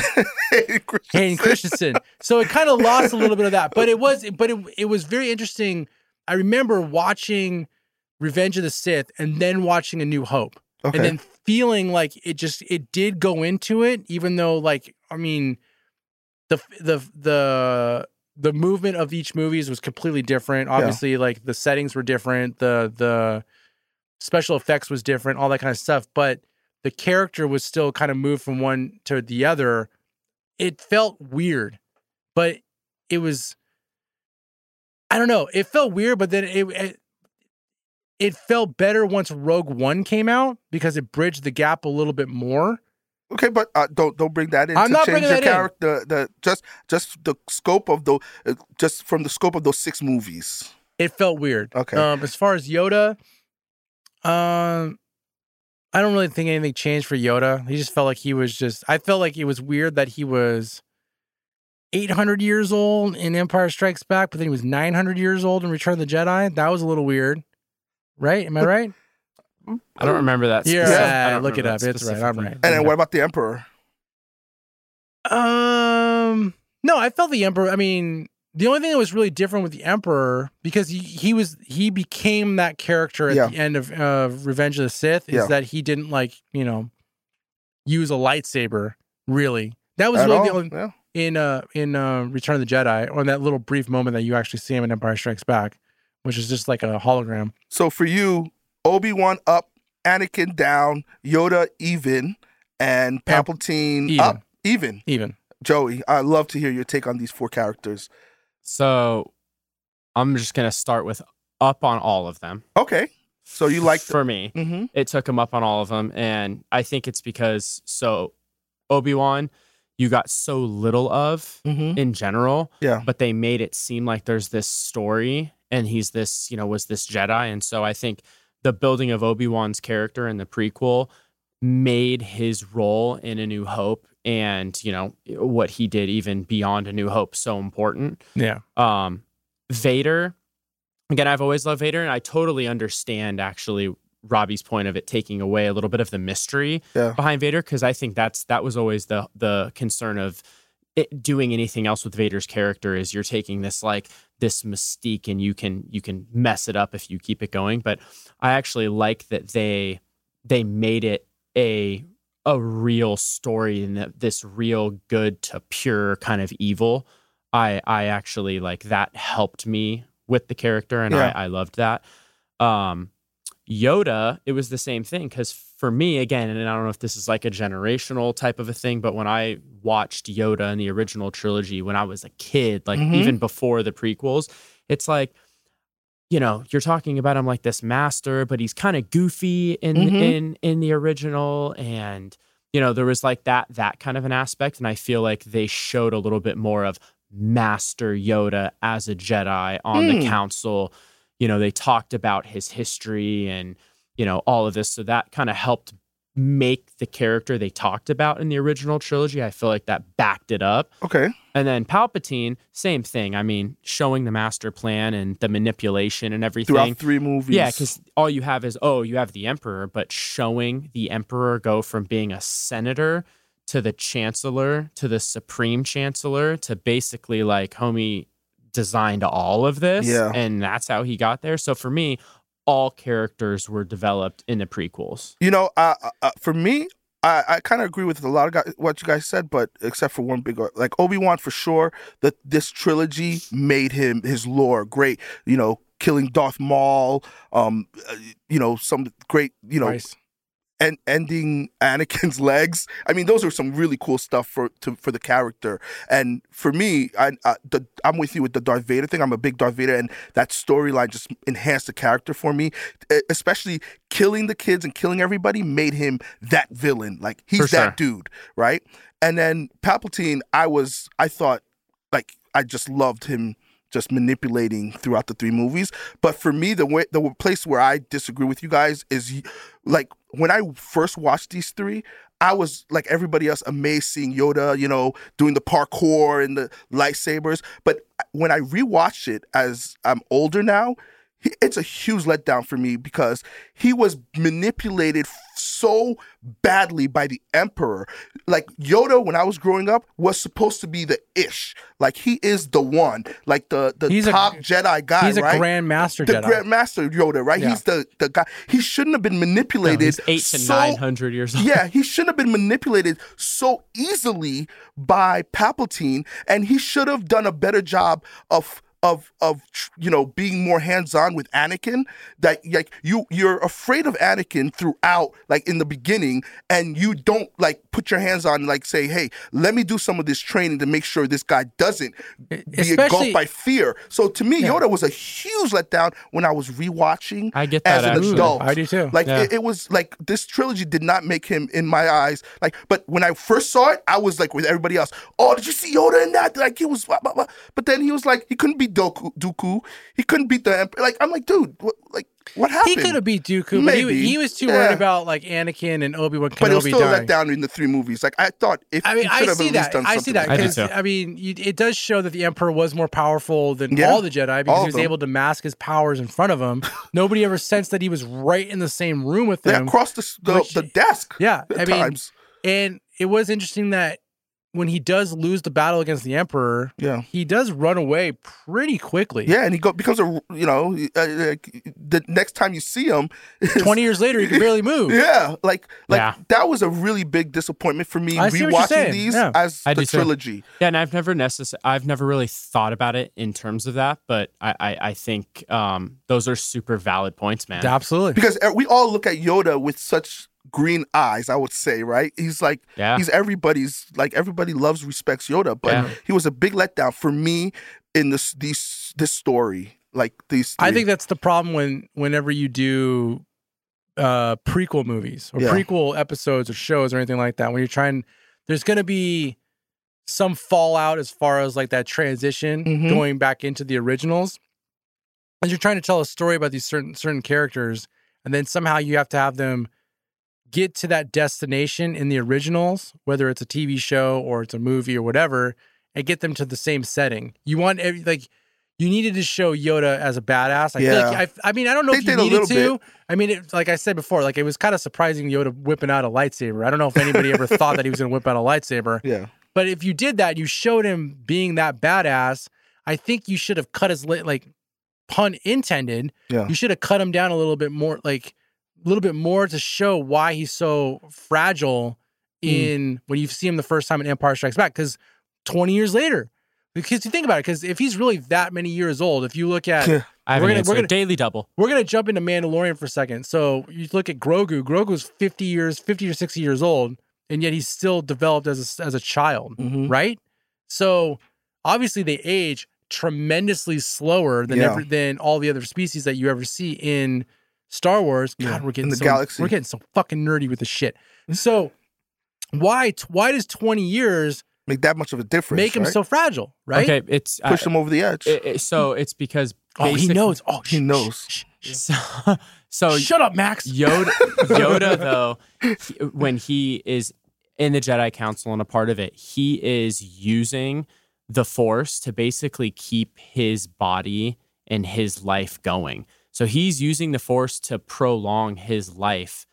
S8: Hayden Christensen.
S1: Hayden Christensen. So it kind of lost a little bit of that, but it was, but it, it was very interesting. I remember watching Revenge of the Sith and then watching A New Hope,
S8: Okay.
S1: and then feeling like it just it did go into it, even though like I mean, the the the the movement of each movies was completely different. Obviously, like the settings were different, the the special effects was different, all that kind of stuff, but the character was still kind of moved from one to the other it felt weird, but it was I don't know. It felt weird, but then it, it it felt better once Rogue One came out because it bridged the gap a little bit more.
S8: Okay, but uh, don't don't bring that in.
S1: I'm
S8: to
S1: not
S8: change
S1: bringing
S8: your
S1: that in.
S8: character. The just just the scope of the uh, just from the scope of those six movies.
S1: It felt weird.
S8: Okay.
S1: Um, as far as Yoda, um, I don't really think anything changed for Yoda. He just felt like he was just. I felt like it was weird that he was 800 years old in Empire Strikes Back, but then he was 900 years old in Return of the Jedi. That was a little weird, right? Am I right?
S7: I don't remember that.
S1: Yeah,
S7: specific- I don't
S1: look it
S7: remember
S1: up.
S7: that
S1: It's right. I'm
S7: specifically.
S1: right.
S8: And then what about the Emperor?
S1: Um, no, I felt the emperor. I mean, the only thing that was really different with the emperor because he, he was he became that character at
S8: Yeah.
S1: the end of uh, Revenge of the Sith is
S8: Yeah.
S1: that he didn't like you know use a lightsaber really. That was
S8: At
S1: really
S8: all,
S1: the only in uh in uh, Return of the Jedi or in that little brief moment that you actually see him in Empire Strikes Back, which is just like a hologram.
S8: So for you, Obi Wan up, Anakin down, Yoda even, and
S7: even.
S8: Palpatine Mm, up, even.
S1: Even
S8: Joey, I'd love to hear your take on these four characters.
S7: So I'm just gonna start with up on all of them.
S8: Okay. So you like
S7: for me?
S8: Mhm.
S7: It took him up on all of them, and I think it's because so Obi Wan, you got so little of
S8: Mm-hmm.
S7: in general.
S8: Yeah.
S7: But they made it seem like there's this story, and he's this you know was this Jedi, and so I think the building of Obi Wan's character in the prequel made his role in A New Hope and you know what he did even beyond A New Hope so important.
S1: Yeah.
S7: Um, Vader. Again, I've always loved Vader, and I totally understand actually Robbie's point of it taking away a little bit of the mystery
S8: Yeah.
S7: behind Vader because I think that's that was always the the concern of it doing anything else with Vader's character is you're taking this like this mystique and you can you can mess it up if you keep it going. But I actually like that they they made it a a real story and that this real good to pure kind of evil. I I actually like that helped me with the character and
S12: Yeah.
S7: I, I loved that. Um Yoda, it was the same thing because for me, again, and I don't know if this is like a generational type of a thing, but when I watched Yoda in the original trilogy when I was a kid, like
S12: Mhm.
S7: even before the prequels, it's like, you know, you're talking about him like this master, but he's kind of goofy in
S12: Mhm.
S7: in in the original, and you know, there was like that that kind of an aspect, and I feel like they showed a little bit more of Master Yoda as a Jedi on
S12: Mm.
S7: the council. You know, they talked about his history and, you know, all of this. So that kind of helped make the character they talked about in the original trilogy. I feel like that backed it up.
S8: Okay.
S7: And then Palpatine, same thing. I mean, showing the master plan and the manipulation and everything.
S8: Throughout three movies.
S7: Yeah, because all you have is, oh, you have the emperor, but showing the emperor go from being a senator to the chancellor to the supreme chancellor to basically like, homie designed all of this.
S8: Yeah.
S7: And that's how he got there. So for me, all characters were developed in the prequels.
S8: You know, uh, uh, uh, for me, I, I kind of agree with a lot of guys, what you guys said, but except for one big like Obi Wan for sure. That this trilogy made him his lore great. You know, killing Darth Maul. Um, uh, you know, some great. You know.
S1: Price.
S8: And ending Anakin's legs. I mean, those are some really cool stuff for to, for the character. And for me, I, I the, I'm with you with the Darth Vader thing. I'm a big Darth Vader, and that storyline just enhanced the character for me. E- Especially killing the kids and killing everybody made him that villain. Like he's
S7: For
S8: that
S7: sure.
S8: dude, right? And then Palpatine, I was, I thought, like, I just loved him just manipulating throughout the three movies. But for me, the way, the place where I disagree with you guys is, y- like, when I first watched these three, I was like everybody else amazed seeing Yoda, you know, doing the parkour and the lightsabers. But uh, when I rewatched it as I'm older now, he- it's a huge letdown for me because he was manipulated f- so badly by the emperor like yoda when i was growing up was supposed to be the ish like he is the one like the the
S1: He's a-
S8: top jedi guy
S1: he's a
S8: right?
S1: Grand Master
S8: the
S1: Jedi.
S8: grand master yoda right
S1: Yeah.
S8: he's the the guy he shouldn't have been manipulated
S7: He's eight to
S8: so-
S7: nine hundred years old.
S8: yeah, he should have been manipulated so easily by Palpatine, and he should have done a better job of of of tr- you know being more hands on with Anakin. That like you you're afraid of Anakin throughout, like in the beginning, and you don't like put your hands on, like say, hey, let me do some of this training to make sure this guy doesn't
S7: E,
S8: be
S1: especially-
S8: engulfed by fear. So to me, Yoda was a huge letdown when I was rewatching.
S7: I get
S8: as
S7: that,
S8: an
S7: actually.
S8: adult.
S7: I do too.
S8: Like
S7: Yeah.
S8: it, it was like this trilogy did not make him in my eyes like but when i first saw it i was like with everybody else oh did you see yoda in that like he was blah, blah, blah. but then he was like he couldn't beat Doku, dooku he couldn't beat the Emperor. like i'm like dude what, like what happened
S1: He could have beat Dooku, but he,
S8: Maybe.
S1: he was too
S8: Yeah.
S1: worried about like Anakin and Obi Wan Kenobi
S8: but it was still
S1: dying.
S8: let down in the three movies like i thought if
S1: I mean,
S8: he
S1: I
S8: should have
S1: see
S8: at least
S1: that.
S8: done
S1: I see
S8: something
S1: that
S8: like
S1: because I, mean, you, it does show that the Emperor was more powerful than
S8: Yeah,
S1: all the Jedi because
S8: all
S1: he
S8: of
S1: was
S8: them.
S1: able to mask his powers in front of him. Nobody ever sensed that he was right in the same room with
S8: Yeah,
S1: them.
S8: across the s- the- the desk
S1: Yeah,
S8: at
S1: I mean,
S8: times.
S1: and it was interesting that when he does lose the battle against the Emperor,
S8: yeah,
S1: he does run away pretty quickly.
S8: Yeah, and he go, becomes a you know uh, uh, the next time you see him,
S1: twenty years later, he can barely move.
S8: Yeah, like like that was a really big disappointment for me
S7: I see what you're
S8: rewatching
S7: saying.
S8: these
S7: Yeah.
S8: as
S7: I
S8: the
S7: do too.
S8: trilogy.
S7: Yeah, and I've never necess- I've never really thought about it in terms of that, but I I, I think um, those are super valid points, man.
S1: Absolutely.
S8: Because uh, we all look at Yoda with such green eyes, I would say, right? He's like,
S7: Yeah.
S8: he's everybody's, like, everybody loves, respects Yoda, but
S1: Yeah.
S8: he was a big letdown for me in this, these, this story. Like, these,
S1: I
S8: three.
S1: think that's the problem when whenever you do uh prequel movies or
S8: Yeah.
S1: prequel episodes or shows or anything like that when you're trying there's going to be some fallout as far as like that transition
S8: Mhm.
S1: going back into the originals as you're trying to tell a story about these certain certain characters and then somehow you have to have them get to that destination in the originals whether it's a TV show or it's a movie or whatever and get them to the same setting you want every, like you needed to show Yoda as a badass. I feel
S8: Yeah.
S1: like I, I mean, I don't know
S8: They
S1: if you
S8: did a
S1: needed
S8: little
S1: to.
S8: bit.
S1: I mean, it, like I said before, like it was kind of surprising Yoda whipping out a lightsaber. I don't know if anybody ever thought that he was going to whip out a lightsaber.
S8: Yeah.
S1: But if you did that, you showed him being that badass. I think you should have cut his lit, like pun intended.
S8: Yeah.
S1: You should have cut him down a little bit more, like a little bit more to show why he's so fragile in when you see him the first time in Empire Strikes Back. Because 20 years later, because you think about it, because if he's really that many years old, if you look at
S7: I have
S1: we're
S7: an
S1: gonna-
S7: answer.
S1: we're gonna-
S7: Daily double.
S1: we're gonna jump into Mandalorian for a second. So you look at Grogu. Grogu's fifty years, fifty or sixty years old, and yet he's still developed as a, as a child,
S8: Mm-hmm.
S1: right? So obviously they age tremendously slower than
S8: Yeah.
S1: ever, than all the other species that you ever see in Star Wars. God, we're getting
S8: the
S1: so,
S8: galaxy. Mm-hmm.
S1: We're getting so fucking nerdy with this shit. So why t- why does twenty years
S8: make that much of a difference?
S1: Make him
S8: right?
S1: so fragile, right?
S7: Okay, it's
S8: Push him over the edge.
S7: it- it- so it's because
S1: Oh, he
S7: basic-
S1: knows. Oh,
S8: he knows.
S7: So, so
S1: shut up, Max.
S7: Yoda, Yoda though, he- when he is in the Jedi Council and a part of it, he is using the Force to basically keep his body and his life going. So he's using the Force to prolong his life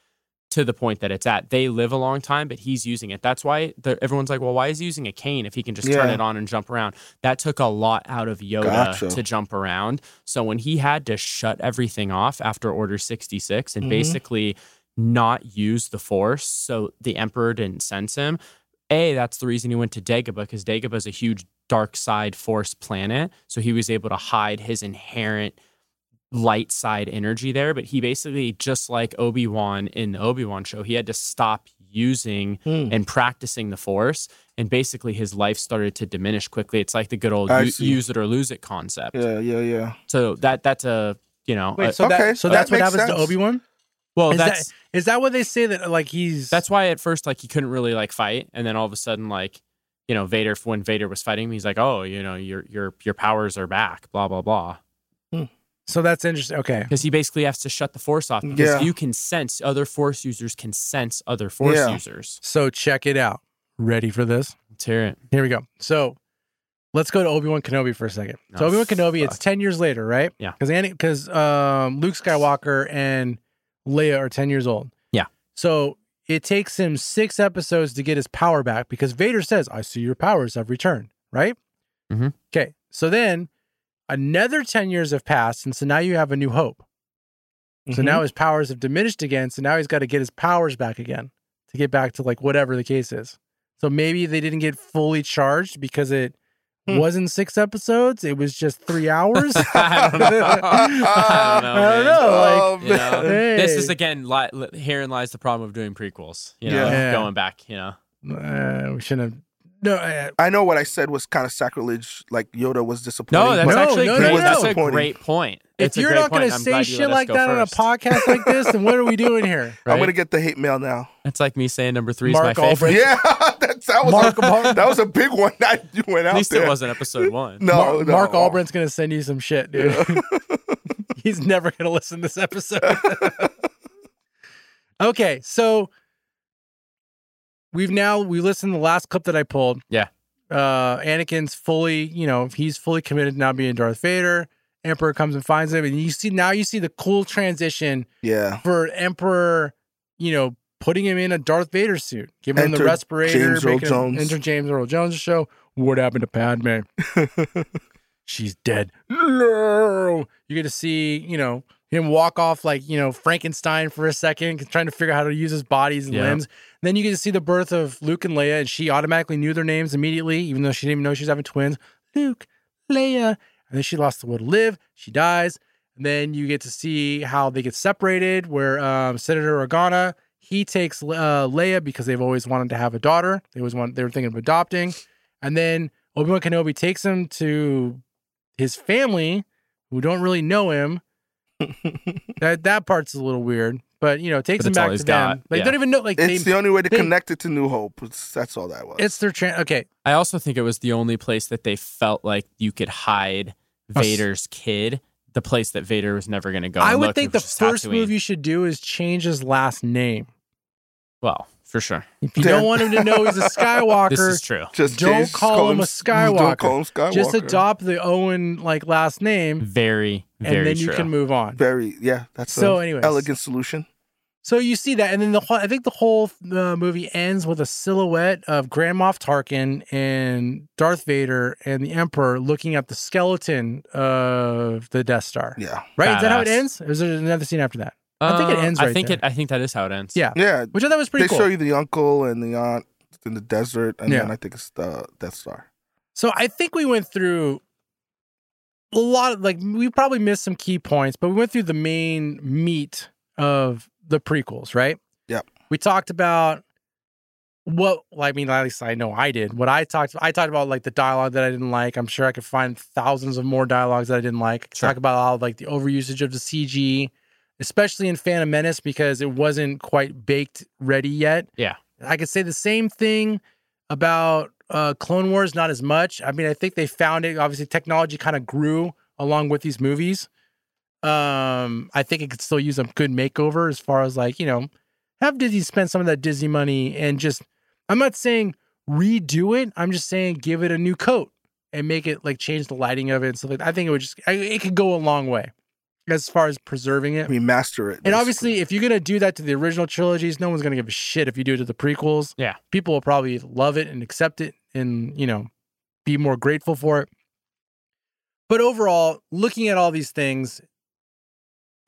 S7: to the point that it's at. They live a long time, but he's using it. That's why the, everyone's like, well, why is he using a cane if he can just turn
S8: Yeah.
S7: it on and jump around? That took a lot out of Yoda
S8: Gotcha.
S7: to jump around. So when he had to shut everything off after Order 66 and
S8: Mhm.
S7: basically not use the Force so the Emperor didn't sense him, A, that's the reason he went to Dagobah because Dagobah is a huge dark side Force planet. So he was able to hide his inherent light side energy there, but he basically just like Obi Wan in the Obi Wan show, he had to stop using and practicing the Force, and basically his life started to diminish quickly. It's like the good old
S8: I
S7: u-
S8: see.
S7: use it or lose it concept.
S8: yeah, yeah, yeah.
S7: So that that's a you know a-
S1: Wait, so
S8: Okay,
S1: that, so
S8: that
S1: that's what
S8: makes
S1: happens
S8: sense.
S1: to Obi Wan.
S7: well
S1: is
S7: Oh, that's
S1: that is that what they say that like he's
S7: that's why at first like he couldn't really like fight, and then all of a sudden like you know Vader when Vader was fighting him, he's like oh you know your your your powers are back blah blah blah.
S1: so that's interesting. Okay,
S7: because he basically has to shut the force off because
S8: Yeah.
S7: you can sense other force users can sense other force
S8: Yeah.
S7: users.
S1: So check it out. Ready for this?
S7: Let's hear it.
S1: Here we go. So let's go to Obi Wan Kenobi for a second. so
S7: Oh,
S1: Obi Wan Kenobi, it's
S7: fuck.
S1: ten years later, right?
S7: Yeah.
S1: Because because um, Luke Skywalker and Leia are ten years old.
S7: Yeah.
S1: So it takes him six episodes to get his power back because Vader says, "I see your powers have returned." Right.
S7: Mhm.
S1: Okay. So then another ten years have passed, and so now you have a new hope. So
S7: Mm-hmm.
S1: now his powers have diminished again. So now he's got to get his powers back again to get back to like whatever the case is. So maybe they didn't get fully charged because it
S8: Hmm.
S1: wasn't six episodes. It was just three hours.
S7: I don't know. I don't know.
S1: I don't
S7: man.
S1: know, like,
S8: Oh,
S7: You know,
S8: man.
S7: This is
S1: hey.
S7: again li- li- herein lies the problem of doing prequels. You know,
S1: Yeah.
S7: going back. You know,
S1: Uh, we shouldn't have. No, uh,
S8: I know what I said was kind of sacrilege. Like Yoda was disappointing.
S7: no, that's
S8: but-
S7: actually
S1: no,
S7: great.
S1: no,
S7: That's a
S8: disappointing.
S7: great point.
S1: if
S7: It's a
S1: you're
S7: great
S1: not going
S7: point.
S1: to
S7: I'm
S1: say
S7: glad you let
S1: shit
S7: us
S1: like
S7: go
S1: that
S7: first,
S1: on a podcast like this, then what are we doing here?
S7: Right?
S8: I'm gonna get the hate mail now.
S7: It's like me saying number three
S1: Mark
S7: is my favorite.
S1: Albrecht.
S8: Yeah, that's, that was
S1: Mark-
S8: that was a big one that you went out
S7: At least
S8: there.
S7: it wasn't episode one.
S8: No,
S1: Mar-
S8: no.
S1: Mark Albrecht's going to send you some shit, dude. He's never going to listen to this episode. okay, so we've now we listened to the last clip that I pulled.
S7: Yeah.
S1: Uh Anakin's fully, you know, he's fully committed to now being Darth Vader. Emperor comes and finds him and you see now you see the cool transition
S8: Yeah,
S1: for Emperor, you know, putting him in a Darth Vader suit, giving him the
S8: Enter
S1: respirator,
S8: James Earl
S1: making him-
S8: Jones.
S1: enter James Earl Jones show. What happened to Padme? She's dead. No, you get to see you know him walk off like you know Frankenstein for a second, trying to figure out how to use his bodies and
S7: Yeah.
S1: limbs. Then you get to see the birth of Luke and Leia, and she automatically knew their names immediately, even though she didn't even know she was having twins. Luke, Leia, and then she lost the will to live. She dies. And then you get to see how they get separated, where um, Senator Organa he takes uh, Leia because they've always wanted to have a daughter. They always want they were thinking of adopting, and then Obi Wan Kenobi takes him to his family who don't really know him. that that part's a little weird, but you know, takes
S7: But
S1: him
S7: it's all
S1: back
S7: he's
S1: to them.
S7: got,
S1: Like they
S7: yeah.
S1: don't even know. Like
S8: it's
S1: they,
S8: the only way to
S1: they-
S8: connect it to New Hope. It's, that's all that was.
S1: It's their tran Okay,
S7: I also think it was the only place that they felt like you could hide
S1: s-
S7: Vader's kid, the place that Vader was never going to go.
S1: I
S7: and
S1: would
S7: look,
S1: think
S7: it
S1: the
S7: was just
S1: first
S7: Tatooine.
S1: move you should do is change his last name.
S7: Well, for sure.
S1: If you
S8: Yeah.
S1: don't want him to know he's a Skywalker,
S7: This is true.
S8: just
S1: don't
S8: just
S1: call him a
S8: s- Don't
S1: Skywalker.
S8: call him Skywalker.
S1: Just adopt the Owen like last name,
S7: Very, very
S1: and then you
S7: true.
S1: can move on.
S8: Very yeah. That's
S1: So
S8: a
S1: anyways.
S8: elegant solution.
S1: So you see that, and then the whole, I think the whole uh, movie ends with a silhouette of Grand Moff Tarkin and Darth Vader and the Emperor looking at the skeleton of the Death Star.
S8: Yeah.
S1: Right? Is that how it
S7: Badass.
S1: ends? Or is there another scene after that? I think it
S7: Uh,
S1: ends
S7: I
S1: right
S7: think
S1: there.
S7: it. I think that is how it ends.
S1: Yeah.
S8: Yeah.
S1: Which I thought was pretty
S8: they
S1: cool.
S8: show you the uncle and the aunt in the desert, and
S1: Yeah.
S8: then I think it's the Death Star.
S1: So I think we went through a lot of like we probably missed some key points, but we went through the main meat of the prequels, right?
S8: Yep.
S1: We talked about what well, I mean, at least I know I did. What I talked I talked about like the dialogue that I didn't like. I'm sure I could find thousands of more dialogues that I didn't like.
S7: Sure.
S1: Talk about all like the overusage of the CG, especially in Phantom Menace because it wasn't quite baked ready yet.
S7: Yeah.
S1: I could say the same thing about uh, Clone Wars, not as much. I mean, I think they found it. Obviously, technology kind of grew along with these movies. Um, I think it could still use a good makeover as far as like you know, have Disney spend some of that Disney money and just. I'm not saying redo it. I'm just saying give it a new coat and make it like change the lighting of it and stuff like that. I think it would just I, it could go a long way as far as preserving it.
S8: Remaster it.
S1: And obviously, if you're gonna do that to the original trilogies, no one's gonna give a shit if you do it to the prequels.
S7: Yeah.
S1: people will probably love it and accept it, and you know, be more grateful for it. But overall, looking at all these things,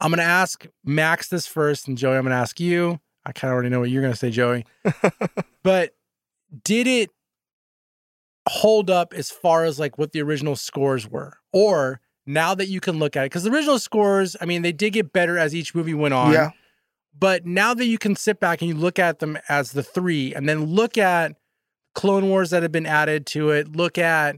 S1: I'm gonna ask Max this first, and Joey, I'm gonna ask you. I kind of already know what you're gonna say, Joey. but did it hold up as far as like what the original scores were, or now that you can look at it? Because the original scores, I mean, they did get better as each movie went on.
S8: Yeah.
S1: But now that you can sit back and you look at them as the three, and then look at Clone Wars that have been added to it, look at,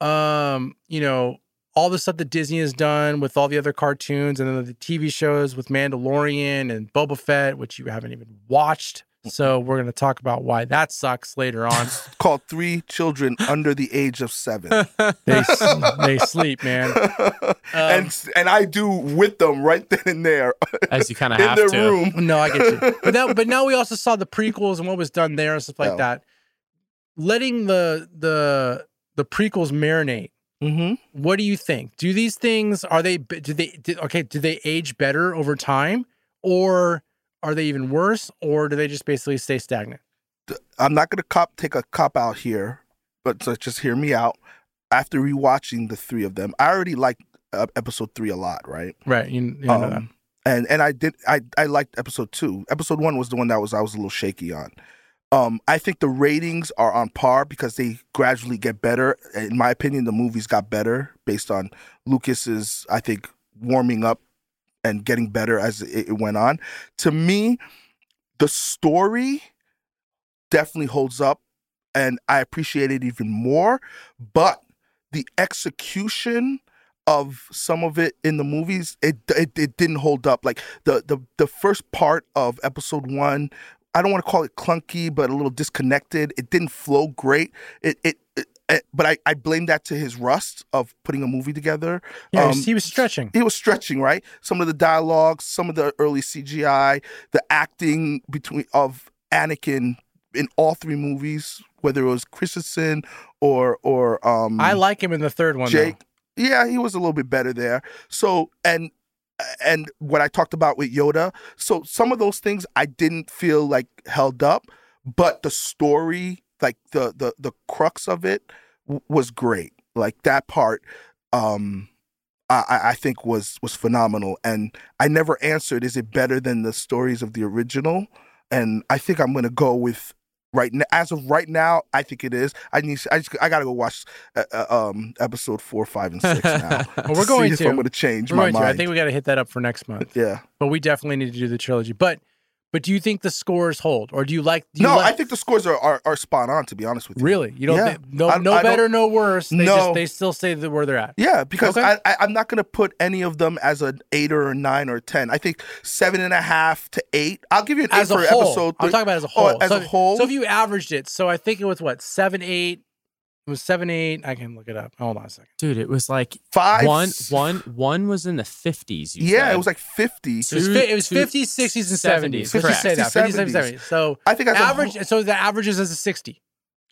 S1: um, you know, all the stuff that Disney has done with all the other cartoons and then the TV shows with Mandalorian and Boba Fett, which you haven't even watched. So we're going to talk about why that sucks later on.
S8: called three children under the age of seven,
S1: They they sleep, man. Um,
S8: and s- and I do with them right then and there
S7: As you kind of
S8: in
S7: have
S8: their
S7: to.
S8: room.
S1: No, I get you. But that, but now we also saw the prequels and what was done there and stuff like
S8: Oh.
S1: that. Letting the the the prequels marinate.
S8: Mm-hmm.
S1: What do you think? Do these things are they do they do, okay? Do they age better over time, or are they even worse, or do they just basically stay stagnant?
S8: I'm not gonna cop take a cop out here, but so just hear me out. After rewatching the three of them, I already liked uh, episode three a lot, right?
S1: Right. You, you know that.
S8: Um, and and I did I I liked episode two. Episode one was the one that was I was a little shaky on. Um, I think the ratings are on par because they gradually get better. In my opinion, the movies got better based on Lucas's I think warming up and getting better as it, it went on. To me, the story definitely holds up, and I appreciate it even more. But the execution of some of it in the movies, it it, it didn't hold up. Like the, the the first part of episode one, I don't want to call it clunky, but a little disconnected. It didn't flow great. It it. it it- but I, I blame that to his rust of putting a movie together.
S1: Yeah,
S8: Um,
S1: he was stretching.
S8: he was stretching, right? Some of the dialogue, some of the early CGI, the acting between of Anakin in all three movies, whether it was Christensen or or um
S1: I like him in the third one. though.
S8: Jake. Yeah, he was a little bit better there. So and and what I talked about with Yoda. So some of those things I didn't feel like held up, but the story, like the the the crux of it, w- was great. Like that part, um, I- I, I think was was phenomenal. And I never answered, is it better than the stories of the original? And I think I'm gonna go with right now. As of right now, I think it is. I need. I just. I gotta go watch uh, uh, um episode four, five, and six now.
S1: Well, we're going
S8: see
S1: to.
S8: If I'm gonna change
S1: We're
S8: my
S1: going to.
S8: mind.
S1: I think we got to hit that up for next month.
S8: Yeah.
S1: But we definitely need to do the trilogy. But but do you think the scores hold, or do you like? Do you
S8: no,
S1: like,
S8: I think the scores are, are are spot on. To be honest with you,
S1: really you don't.
S8: Yeah.
S1: Think, no,
S8: I-
S1: no
S8: I don't-
S1: better, no worse. They
S8: No.
S1: just, they still stay the, where they're at.
S8: Yeah, because
S1: Okay.
S8: I, I, I'm not going to put any of them as an eight or a nine or a ten. I think seven and a half to eight. I'll give you an
S1: as
S8: eight
S1: a
S8: for
S1: whole.
S8: episode.
S1: I'm
S8: three.
S1: talking about as a
S8: Oh,
S1: whole.
S8: as
S1: so,
S8: a whole.
S1: So if you averaged it, so I think it was what seven, eight. It was seven, eight. I can look it up. Hold on a second.
S7: Dude, it was like
S8: Five-
S7: One, one, one was in the fifties.
S8: yeah, it was like fifty.
S1: It was, fi- it was 50s, 60s, and 70s. 50s,
S7: Correct.
S1: say that. 50s, 70s. So
S8: I think as a
S1: average. so the average is as a 60.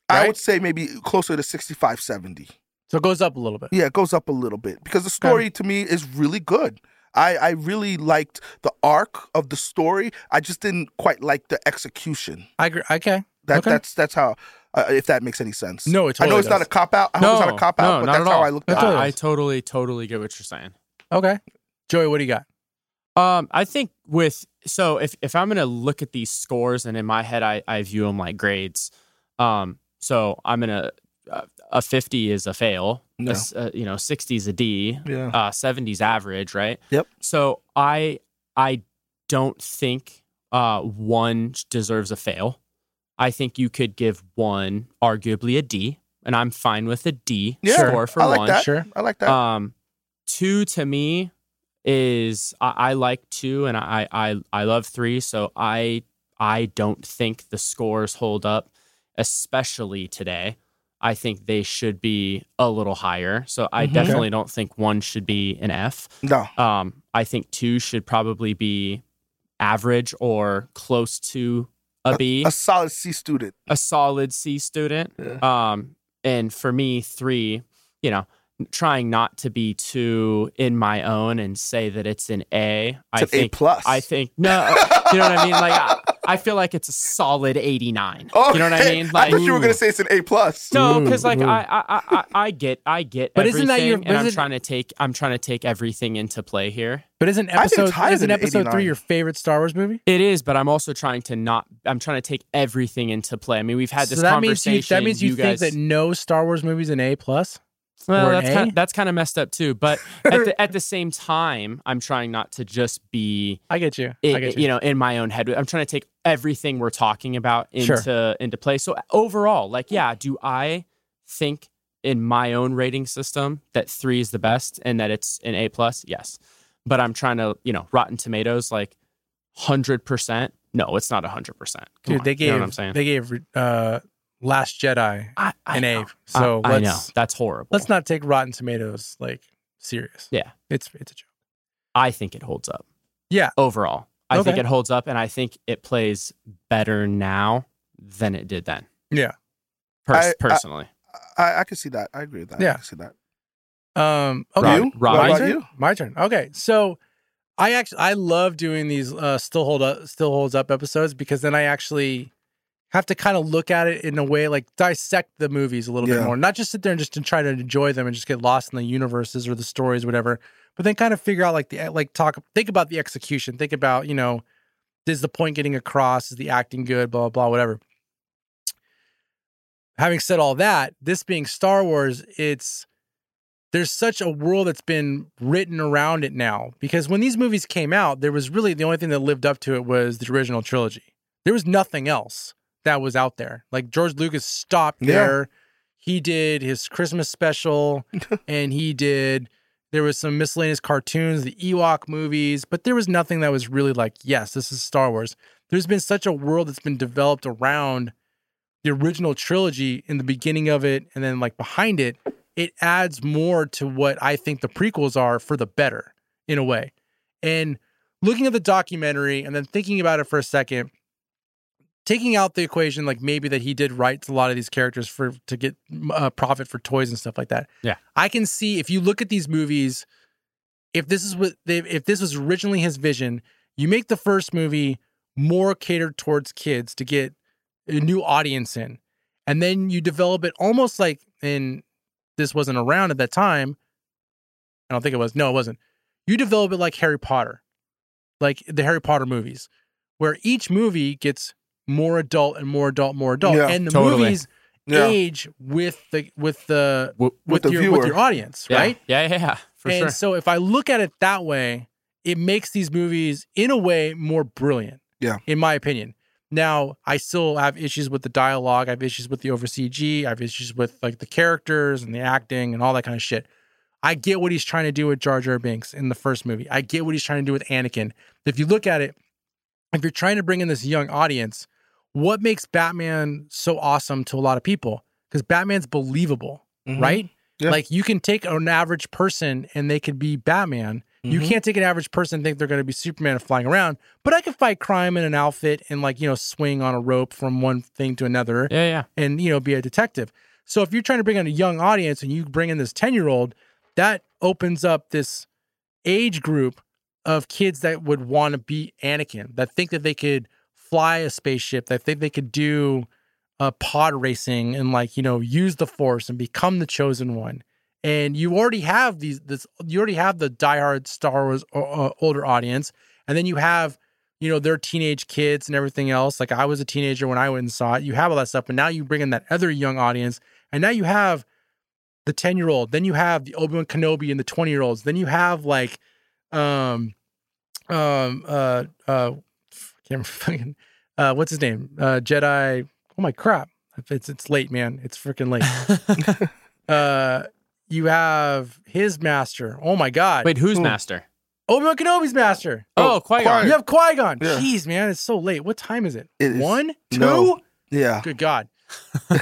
S8: I would say maybe closer to 65, 70.
S1: So it goes up a little bit.
S8: Yeah, it goes up a little bit because the story to me is really good. I, I really liked the arc of the story. I just didn't quite like the execution.
S1: I agree. Okay.
S8: That
S1: Okay.
S8: that's that's how uh, if that makes any sense.
S1: No, it
S8: I know
S1: totally
S8: it's not a
S1: does.
S8: cop out. I
S7: no,
S8: hope it's not a cop out,
S7: no,
S8: but that's
S7: not at
S8: how
S7: all.
S8: I looked at it.
S7: I, I totally, totally get what you're saying.
S1: Okay. Joey, what do you got?
S7: Um, I think with so if if I'm gonna look at these scores and in my head I I view them like grades. Um, so I'm gonna uh, a 50 is a fail.
S8: No.
S7: A s- uh, you know, 60 is a D.
S8: Yeah.
S7: Uh, 70s average, right?
S8: Yep.
S7: So I I don't think uh one deserves a fail. I think you could give one arguably a D, and I'm fine with a D
S8: Yeah,
S7: score for
S8: I like
S7: one.
S8: that. Sure. I like that.
S7: Um, two to me is I, I like two, and I I I love three. So I I don't think the scores hold up, especially today. I think they should be a little higher. So I
S8: Mhm.
S7: definitely don't think one should be an F.
S8: No.
S7: Um, I think two should probably be average or close to a B
S8: a solid C student.
S7: a solid C student. Um, and for me, three, you know, trying not to be too in my own and say that it's an A. I
S8: an A
S7: think
S8: plus.
S7: I think no, uh, you know what I mean. Like I, I feel like it's a solid eighty nine. You know what I
S8: Okay.
S7: mean? Like
S8: I thought you were gonna say it's an A plus.
S7: no, because like I, I I I- I get I get.
S1: Mm-hmm. But isn't that your-
S7: everything, And I'm
S1: isn't-
S7: trying to take I'm trying to take everything into play here.
S1: But isn't
S8: I think it's
S1: episode
S8: higher
S1: isn't
S8: than
S1: episode
S8: 89.
S1: three your favorite Star Wars movie?
S7: It is, but I'm also trying to not. I'm trying to take everything into play. I mean, we've had this
S1: so that means
S7: conversation.
S1: you that means you, think
S7: guys,
S1: that no Star Wars movie's an A plus.
S7: Well,
S1: or an
S7: that's
S1: A?
S7: kind that's kind of messed up too. But at the, at the same time, I'm trying not to just be,
S1: I get you.
S7: i-
S1: I get you.
S7: you know, in my own head. I'm trying to take everything we're talking about into
S1: Sure.
S7: into play. So overall, like, yeah, do I think in my own rating system that three is the best and that it's an A plus? Yes, but I'm trying to, you know, Rotten Tomatoes like hundred percent. No, it's not hundred percent.
S1: Dude, they
S7: you
S1: gave
S7: know what I'm saying.
S1: they gave uh, Last Jedi
S7: I, I
S1: an
S7: know.
S1: A. So
S7: I, I
S1: let's
S7: know that's horrible.
S1: let's not take Rotten Tomatoes like serious.
S7: yeah.
S1: It's it's a joke.
S7: I think it holds up.
S1: Yeah.
S7: Overall, I think
S1: Okay.
S7: it holds up, and I think it plays better now than it did then.
S1: Yeah.
S7: Pers-
S8: I- I-
S7: personally,
S8: I, I can see that. I agree with that.
S1: Yeah.
S8: I can see that.
S1: Um,
S7: Rob-
S1: okay,
S8: You?
S7: Rob,
S8: What
S1: my
S8: about
S1: turn.
S8: you?
S1: My turn. Okay, so I actually I love doing these uh, still hold up still holds up episodes because then I actually have to kind of look at it in a way like dissect the movies a little
S8: Yeah.
S1: bit more, not just sit there and just to try to enjoy them and just get lost in the universes or the stories, whatever. But then kind of figure out like the eh, like talk think about the execution, think about you know is the point getting across, is the acting good, blah blah, blah whatever. Having said all that, this being Star Wars, it's there's such a world that's been written around it now because when these movies came out there was really the only thing that lived up to it was the original trilogy there was nothing else that was out there like george lucas stopped
S8: Yeah.
S1: there he did his christmas special and he did there was some miscellaneous cartoons the ewok movies but there was nothing that was really like yes this is star wars there's been such a world that's been developed around the original trilogy in the beginning of it and then like behind it it adds more to what I think the prequels are for the better in a way. And looking at the documentary and then thinking about it for a second, taking out the equation, like maybe that he did write a lot of these characters for to get uh, profit for toys and stuff like that.
S7: Yeah.
S1: I can see if you look at these movies if this is what they, if this was originally his vision, you make the first movie more catered towards kids to get a new audience in, and then you develop it almost like and this wasn't around at that time. I don't think it was. No, it wasn't. You develop it like Harry Potter, like the Harry Potter movies, where each movie gets more adult and more adult, more adult,
S8: Yeah,
S1: and the
S7: totally.
S1: movies
S8: Yeah.
S1: age with the with the
S7: W-
S8: with
S1: with,
S8: the
S1: your
S8: viewer.
S1: with your audience,
S7: Yeah.
S1: right?
S7: Yeah, yeah, yeah, for
S1: and
S7: sure.
S1: so if I look at it that way, it makes these movies in a way more brilliant.
S8: Yeah.
S1: In my opinion. Now, I still have issues with the dialogue, I have issues with the over CG, I have issues with like the characters and the acting and all that kind of shit. I get what he's trying to do with Jar Jar Binks in the first movie. I get what he's trying to do with Anakin. If you look at it, if you're trying to bring in this young audience, what makes Batman so awesome to a lot of people? Because Batman's believable, right?
S8: Yeah.
S1: Like you can take an average person and they could be Batman. You can't take an average person and think they're going to be Superman and flying around, but I can fight crime in an outfit and like, you know, swing on a rope from one thing to another
S7: Yeah, yeah.
S1: and you know be a detective. So if you're trying to bring in a young audience and you bring in this 10-year-old, that opens up this age group of kids that would want to be Anakin, that think that they could fly a spaceship, that think they could do uh, pod racing and like, you know, use the force and become the chosen one. And you already have these this you already have the diehard Star Wars uh, uh, older audience and then you have you know, they're teenage kids and everything else. Like I was a teenager when I went and saw it. You have all that stuff, but now you bring in that other young audience, and now you have the 10 year old, then you have the Obi Wan Kenobi and the 20 year olds, then you have like, um, um, uh, uh, can't fucking, uh, what's his name? Uh, Jedi. Oh my crap. It's, it's late, man. It's freaking late. uh, you have his master. Oh my God.
S7: Wait,
S8: Hmm.
S7: who's master?
S1: Obi Wan Kenobi's master.
S7: Oh, Qui
S8: Qui-Gon.
S1: You have Qui Gon.
S8: Yeah.
S1: Jeez, man, it's so late. What time is it?
S8: It is-
S1: One, two.
S8: No. Yeah.
S1: Good God,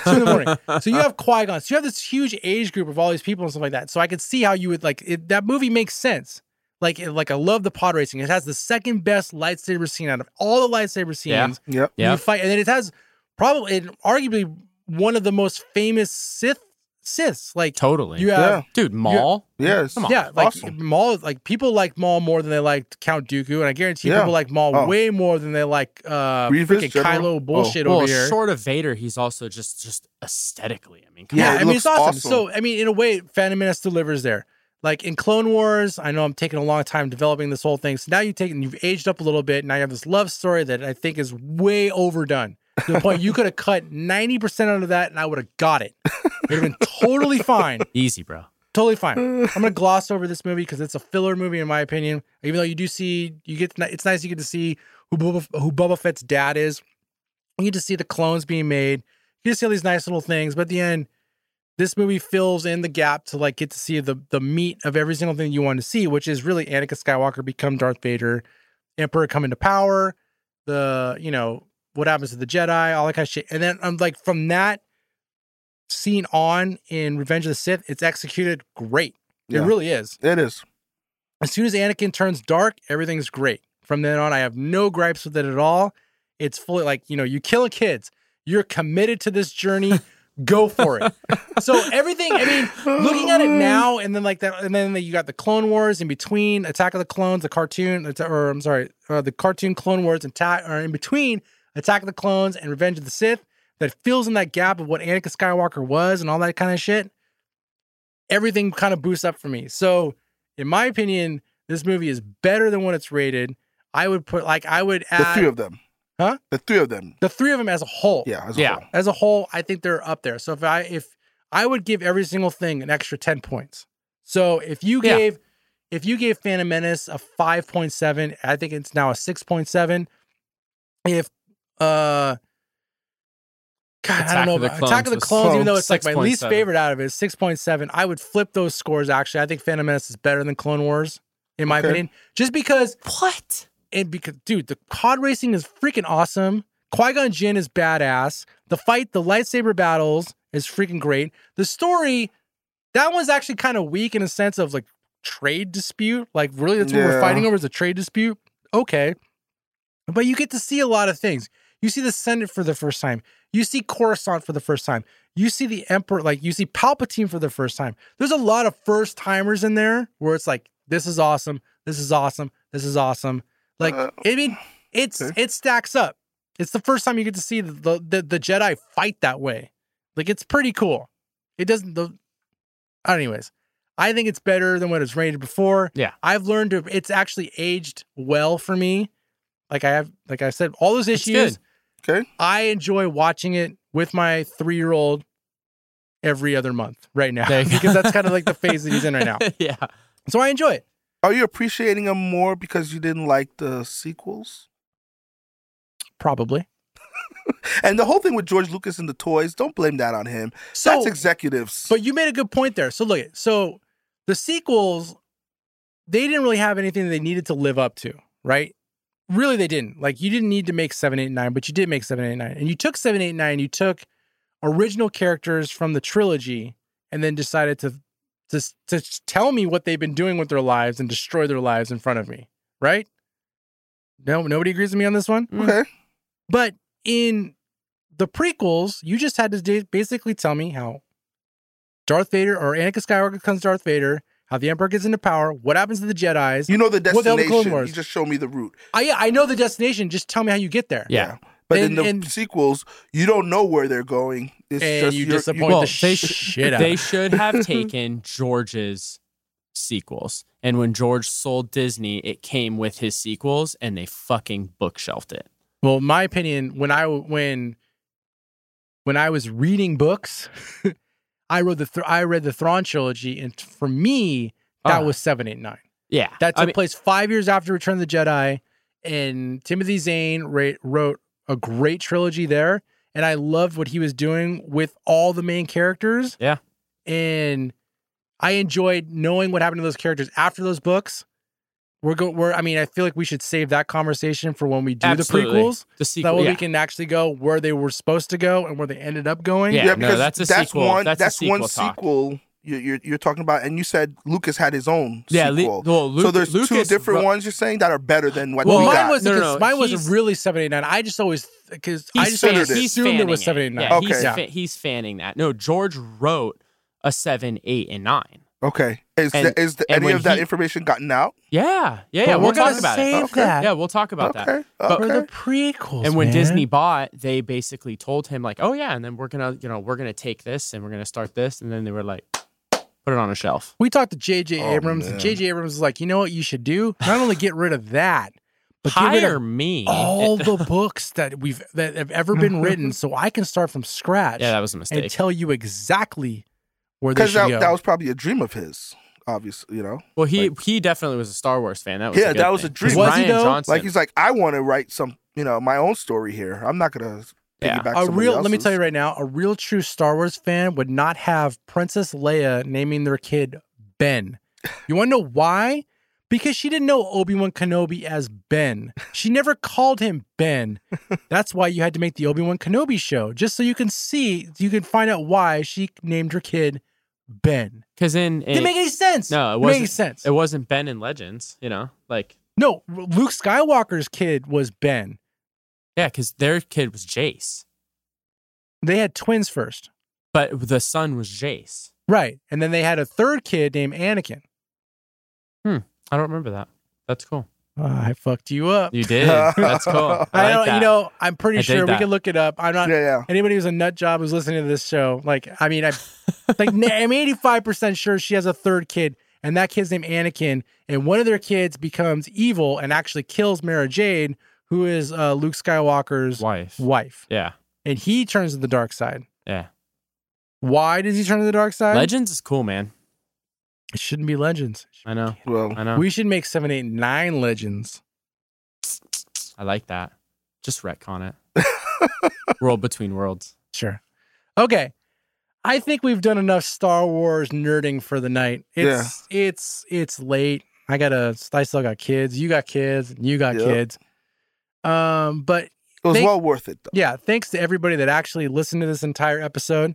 S1: two in the morning. So you have Qui Gon. So you have this huge age group of all these people and stuff like that. So I could see how you would like it, that movie makes sense. Like, like I love the pod racing. It has the second best lightsaber scene out of all the lightsaber
S7: Yeah.
S1: scenes.
S8: Yep.
S1: Yeah.
S7: Yeah.
S1: You fight, and then it has probably and arguably one of the most famous Sith Siths. Like
S7: Totally.
S1: you have
S7: Dude, Maul.
S8: Yes.
S7: Come on.
S1: yeah, like
S8: Awesome.
S1: Maul, like people like Maul more than they like Count Dooku, and I guarantee
S8: Yeah.
S1: people like Maul
S8: Oh.
S1: way more than they like uh,
S8: Grievous,
S1: freaking
S8: General? Oh.
S1: Kylo bullshit
S7: Well,
S1: over here.
S7: short of Vader, he's also just just aesthetically. I mean, come
S1: yeah,
S8: Yeah, it
S1: I mean
S8: looks
S1: it's awesome.
S8: awesome.
S1: So I mean, in a way, Phantom Menace delivers there. Like in Clone Wars, I know I'm taking a long time developing this whole thing. So now you take and you've aged up a little bit. Now you have this love story that I think is way overdone to the point you could have cut 90% out of that and I would have got it. It would have been totally fine
S7: on. easy, bro.
S1: totally fine. I'm gonna gloss over this movie because it's a filler movie in my opinion. Even though you do see, you get it's nice you get to see who Boba, who Boba Fett's dad is. You get to see the clones being made. You get to see all these nice little things. But at the end, this movie fills in the gap to like get to see the the meat of every single thing you want to see, which is really Anakin Skywalker become Darth Vader, Emperor come into power, the you know what happens to the Jedi, all that kind of shit. And then I'm like from that scene on in Revenge of the Sith, it's executed great. It
S8: Yeah.
S1: really is.
S8: It is.
S1: As soon as Anakin turns dark, everything's great. From then on, I have no gripes with it at all. It's fully like, you know, you kill kids. You're committed to this journey. Go for it. so everything, I mean, looking at it now and then like that, and then you got the Clone Wars in between, Attack of the Clones, the cartoon, or I'm sorry, uh, the cartoon Clone Wars and ta- or in between Attack of the Clones and Revenge of the Sith that fills in that gap of what Anakin Skywalker was and all that kind of shit. Everything kind of boosts up for me. So in my opinion, this movie is better than what it's rated. I would put like I would
S8: The
S1: add
S8: three of them.
S1: Huh? Oh,
S8: The three of them.
S1: the three of them as a whole.
S8: Yeah. as a
S7: Yeah.
S8: whole.
S1: As a whole, I think they're up there. So if I if I would give every single thing an extra 10 points. So if you
S7: Yeah.
S1: gave if you gave Phantom Menace a 5.7, I think it's now a 6.7. If uh God, I
S7: Attack
S1: don't know.
S7: of the
S1: about- Attack of the
S7: Clones was
S1: Clones, even though
S7: close.
S1: it's like my least
S7: 6.7.
S1: favorite out of it, is 6.7. I would flip those scores actually. I think Phantom Menace is better than Clone Wars, in my
S8: Okay.
S1: opinion. Just because
S7: What?
S1: and because dude, the pod racing is freaking awesome. Qui Gon Jinn is badass. The fight, the lightsaber battles is freaking great. The story, that one's actually kind of weak in a sense of like trade dispute. Like really, that's what
S8: Yeah.
S1: we're fighting over is a trade dispute. Okay, but you get to see a lot of things. You see the Senate for the first time. You see Coruscant for the first time. You see the Emperor, like you see Palpatine for the first time. There's a lot of first timers in there where it's like, This is awesome. This is awesome. This is awesome. Like I mean, it's it stacks up. It's the first time you get to see the the, the Jedi fight that way. Like it's pretty cool. It doesn't the anyways. I think it's better than what it was rated before.
S7: Yeah.
S1: I've learned to it's actually aged well for me. Like I have like I said, all those
S7: It's
S1: issues.
S8: Okay.
S1: I enjoy watching it with my three year old every other month right now.
S7: There you go.
S1: because that's kind of like the phase that he's in right now.
S7: yeah.
S1: So I enjoy it.
S8: Are you appreciating them more because you didn't like the sequels?
S1: Probably.
S8: And the whole thing with George Lucas and the toys, don't blame that on him.
S1: So-
S8: That's executives.
S1: But you made a good point there. So look at so the sequels, they didn't really have anything they needed to live up to, right? Really they didn't. Like you didn't need to make seven, eight, nine, but you did make seven, eight, nine. And you took seven, eight, nine, you took original characters from the trilogy and then decided to to, to tell me what they've been doing with their lives and destroy their lives in front of me, right? No, nobody agrees with me on this one.
S8: okay.
S1: But in the prequels, you just had to da- basically tell me how Darth Vader or Anakin Skywalker becomes Darth Vader, how the Emperor gets into power, what happens to the Jedi's.
S8: You know the
S1: What the hell the
S8: destination.
S1: Clone Wars?
S8: You just show me the route.
S1: I yeah, I know the destination. Just tell me how you get there.
S7: Yeah.
S8: But
S1: And-
S8: in the
S1: and-
S8: sequels, you don't know where they're going. It's
S1: And
S8: just
S1: you
S8: you're-
S1: disappoint
S7: Well,
S1: the
S7: they,
S1: sh-
S7: sh-
S1: shit out. of
S7: they
S1: it.
S7: should have taken George's sequels. And when George sold Disney, it came with his sequels and they fucking bookshelved it.
S1: Well, in my opinion, when I when when I was reading books, I read the Th- I read the Thrawn trilogy, and for me, that
S7: Ah.
S1: was seven, eight, nine.
S7: Yeah.
S1: That took
S7: I mean,
S1: place five years after Return of the Jedi, and Timothy Zane ra- wrote a great trilogy there, and I loved what he was doing with all the main characters.
S7: Yeah.
S1: and I enjoyed knowing what happened to those characters after those books. We're go. We're. I mean, I feel like we should save that conversation for when we do
S7: absolutely.
S1: the prequels.
S7: The
S1: So
S7: sequel.
S1: that way
S7: yeah.
S1: we can actually go where they were supposed to go and where they ended up going.
S7: Yeah.
S8: Yeah,
S7: no,
S8: because
S7: that's a sequel.
S8: one.
S7: That's
S8: That's,
S7: a
S8: one
S7: sequel talk.
S8: sequel you, you're you're talking about, and you said Lucas had his own
S7: Yeah, Lu-
S8: sequel.
S7: well,
S8: so
S7: Luc-
S8: there's two
S7: Lucas
S8: different
S7: wrote-
S8: ones you're saying that are better than what
S1: Well,
S8: we
S1: mine
S8: got.
S1: wasn't.
S7: No, no,
S1: 'cause
S7: no,
S1: Mine wasn't
S7: he's-
S1: really seven eight nine. I just always because I
S7: He's,
S1: just
S8: fan-
S7: fan,
S1: always
S8: considered it.
S7: he's
S1: assumed it
S7: fanning
S1: was
S7: it.
S1: seven eight nine.
S7: Yeah,
S8: Okay.
S7: he's,
S1: Yeah.
S7: fa- he's fanning that. No, George wrote a seven, eight, and nine.
S8: okay. Is
S7: And-
S8: the, is the,
S7: and
S8: any
S7: when
S8: of that
S7: he-
S8: information gotten out?
S7: Yeah. Yeah.
S1: But
S7: yeah
S1: we're
S7: we'll
S1: gonna
S7: talk about
S1: save
S7: it.
S1: Okay. that.
S7: Yeah. We'll talk about that.
S8: Okay.
S7: But-
S1: For
S8: okay.
S1: the prequels.
S7: And when
S1: man.
S7: Disney bought, they basically told him like, "Oh yeah," and then we're gonna, you know, we're gonna take this and we're gonna start this, and then they were like, "Put it on a shelf."
S1: we talked to J.J.
S8: Oh,
S1: Abrams, and
S8: man.
S1: J.J. Abrams was like, you know what you should do? Not only get rid of that, but get rid
S7: Hire
S1: of
S7: me.
S1: all the books that we've that have ever been written, so I can start from scratch
S7: yeah, that was a
S1: and
S7: mistake.
S1: tell you exactly where they
S8: Because
S1: should
S8: that,
S1: go.
S8: that was probably a dream of his. Obviously, you know.
S7: well, he he definitely was a Star Wars fan. That was
S8: Yeah,
S7: a good
S8: that was
S7: thing.
S8: a dream.
S7: 'Cause
S1: Was he,
S7: Ryan
S1: though?
S7: Johnson,
S8: Like he's like, I want to write some, you know, my own story here. I'm not gonna
S7: Yeah.
S8: piggyback. Yeah.
S1: a real let me tell you right now a real true star wars fan would not have princess leia naming their kid ben you want to know why because she didn't know obi-wan kenobi as ben she never called him ben that's why you had to make the obi-wan kenobi show just so you can see you can find out why she named her kid ben
S7: because in, in
S1: didn't make any sense
S7: no, it
S1: Didn't make any
S7: wasn't.
S1: sense
S7: It wasn't Ben in Legends. You know, like
S1: no luke skywalker's kid was ben
S7: yeah, because their kid was Jace,
S1: they had twins first
S7: but the son was Jace.
S1: right and then they had a third kid named anakin
S7: Hmm. I don't remember that. That's cool.
S1: Ah, i fucked you up
S7: You did. That's cool. I, like
S1: I, don't,
S7: that.
S1: you know, I'm pretty
S7: I dig
S1: sure we
S7: that.
S1: can look it up. I'm not
S8: Yeah, yeah.
S1: anybody who's a nut job who's listening to this show. Like, I mean, I like na- I'm 85 percent sure she has a third kid, and that kid's named Anakin, and one of their kids becomes evil and actually kills Mara Jade, who is uh, Luke Skywalker's
S7: wife.
S1: wife,
S7: Yeah,
S1: and he turns to the dark side.
S7: yeah.
S1: Why does he turn to the dark side?
S7: Legends is cool, man.
S1: It shouldn't be legends.
S7: I know.
S8: Well,
S7: I know.
S1: We should make seven, eight, nine legends.
S7: I like that. Just retcon it. World between worlds.
S1: Sure. Okay. I think we've done enough Star Wars nerding for the night. It's it's it's late. I gotta I still got kids. You got kids. You got
S8: Yep.
S1: kids. Um, but
S8: it was
S1: They-
S8: well worth it. though.
S1: yeah, thanks to everybody that actually listened to this entire episode.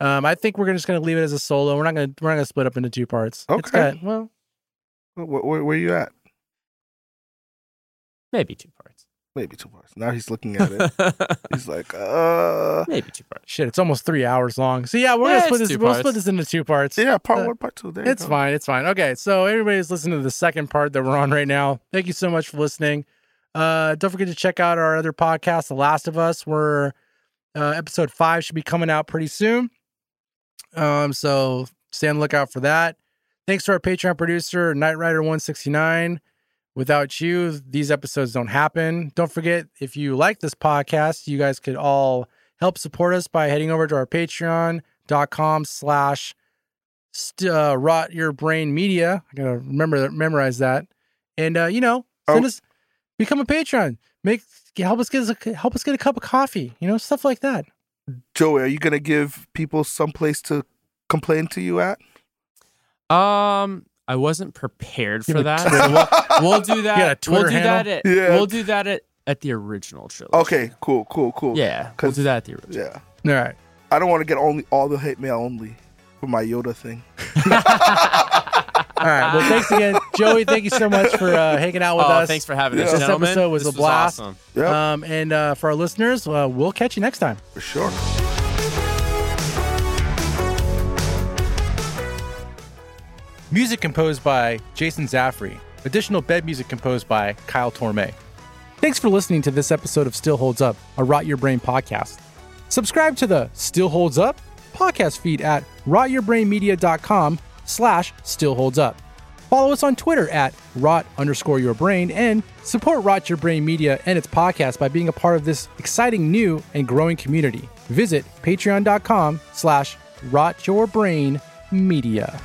S1: Um, I think we're gonna- just gonna leave it as a solo. We're not gonna we're not gonna split up into two parts. It's
S8: Okay.
S1: got, well,
S8: Where, where, where you at?
S7: Maybe two parts.
S8: maybe two parts. Now he's looking at it. he's like, uh,
S7: maybe two parts.
S1: Shit, it's almost three hours long. So yeah, we're
S7: Yeah,
S1: gonna split
S7: it's
S1: this.
S7: two
S1: We'll
S7: parts.
S1: split this into two parts.
S8: Yeah, part
S1: Uh,
S8: one, part two. There you
S1: It's
S8: go.
S1: fine. It's fine. Okay, so everybody's listening to the second part that we're on right now. Thank you so much for listening. Uh, don't forget to check out our other podcast, The Last of Us. We're uh, episode five should be coming out pretty soon. Um, so stay on the lookout for that. Thanks to our Patreon producer, Knight Rider 169. Without you, these episodes don't happen. Don't forget, if you like this podcast, you guys could all help support us by heading over to our patreon.com slash st- uh, rot your brain media. I gotta remember memorize that. And uh, you know,
S7: Oh.
S1: send us become a patron. Make help us get us a, help us get a cup of coffee. You know, stuff like that.
S8: Joey, are you gonna give people some place to complain to you at?
S7: Um, I wasn't prepared
S8: You
S7: for that.
S8: have a
S7: we'll, we'll do
S8: You got a
S7: that.
S8: Twitter
S7: We'll do that
S8: handle?
S7: at.
S8: Yeah. Oh,
S7: We'll do that at, at the original trilogy.
S8: Okay, cool, cool, cool.
S7: Yeah, we'll
S8: 'Cause-
S7: do that at the original.
S8: Yeah,
S1: All right.
S8: I don't want to get only all the hate mail only for my Yoda thing.
S1: All right. Well, thanks again, Joey. Thank you so much for uh, hanging out with
S7: Oh,
S1: us.
S7: thanks for having us,
S1: This
S7: gentlemen.
S1: episode was
S7: This
S1: a
S7: was
S1: blast.
S7: awesome.
S8: Yep.
S1: Um, and uh, for our listeners, uh, we'll catch you next time.
S8: For sure.
S1: Music composed by Jason Zaffrey. Additional bed music composed by Kyle Torme. Thanks for listening to this episode of Still Holds Up, a Rot Your Brain podcast. Subscribe to the Still Holds Up podcast feed at rotyourbrainmedia.com slash still holds up. Follow us on Twitter at rot underscore your brain and support Rot Your Brain Media and its podcast by being a part of this exciting new and growing community. Visit patreon.com slash rot your brain media.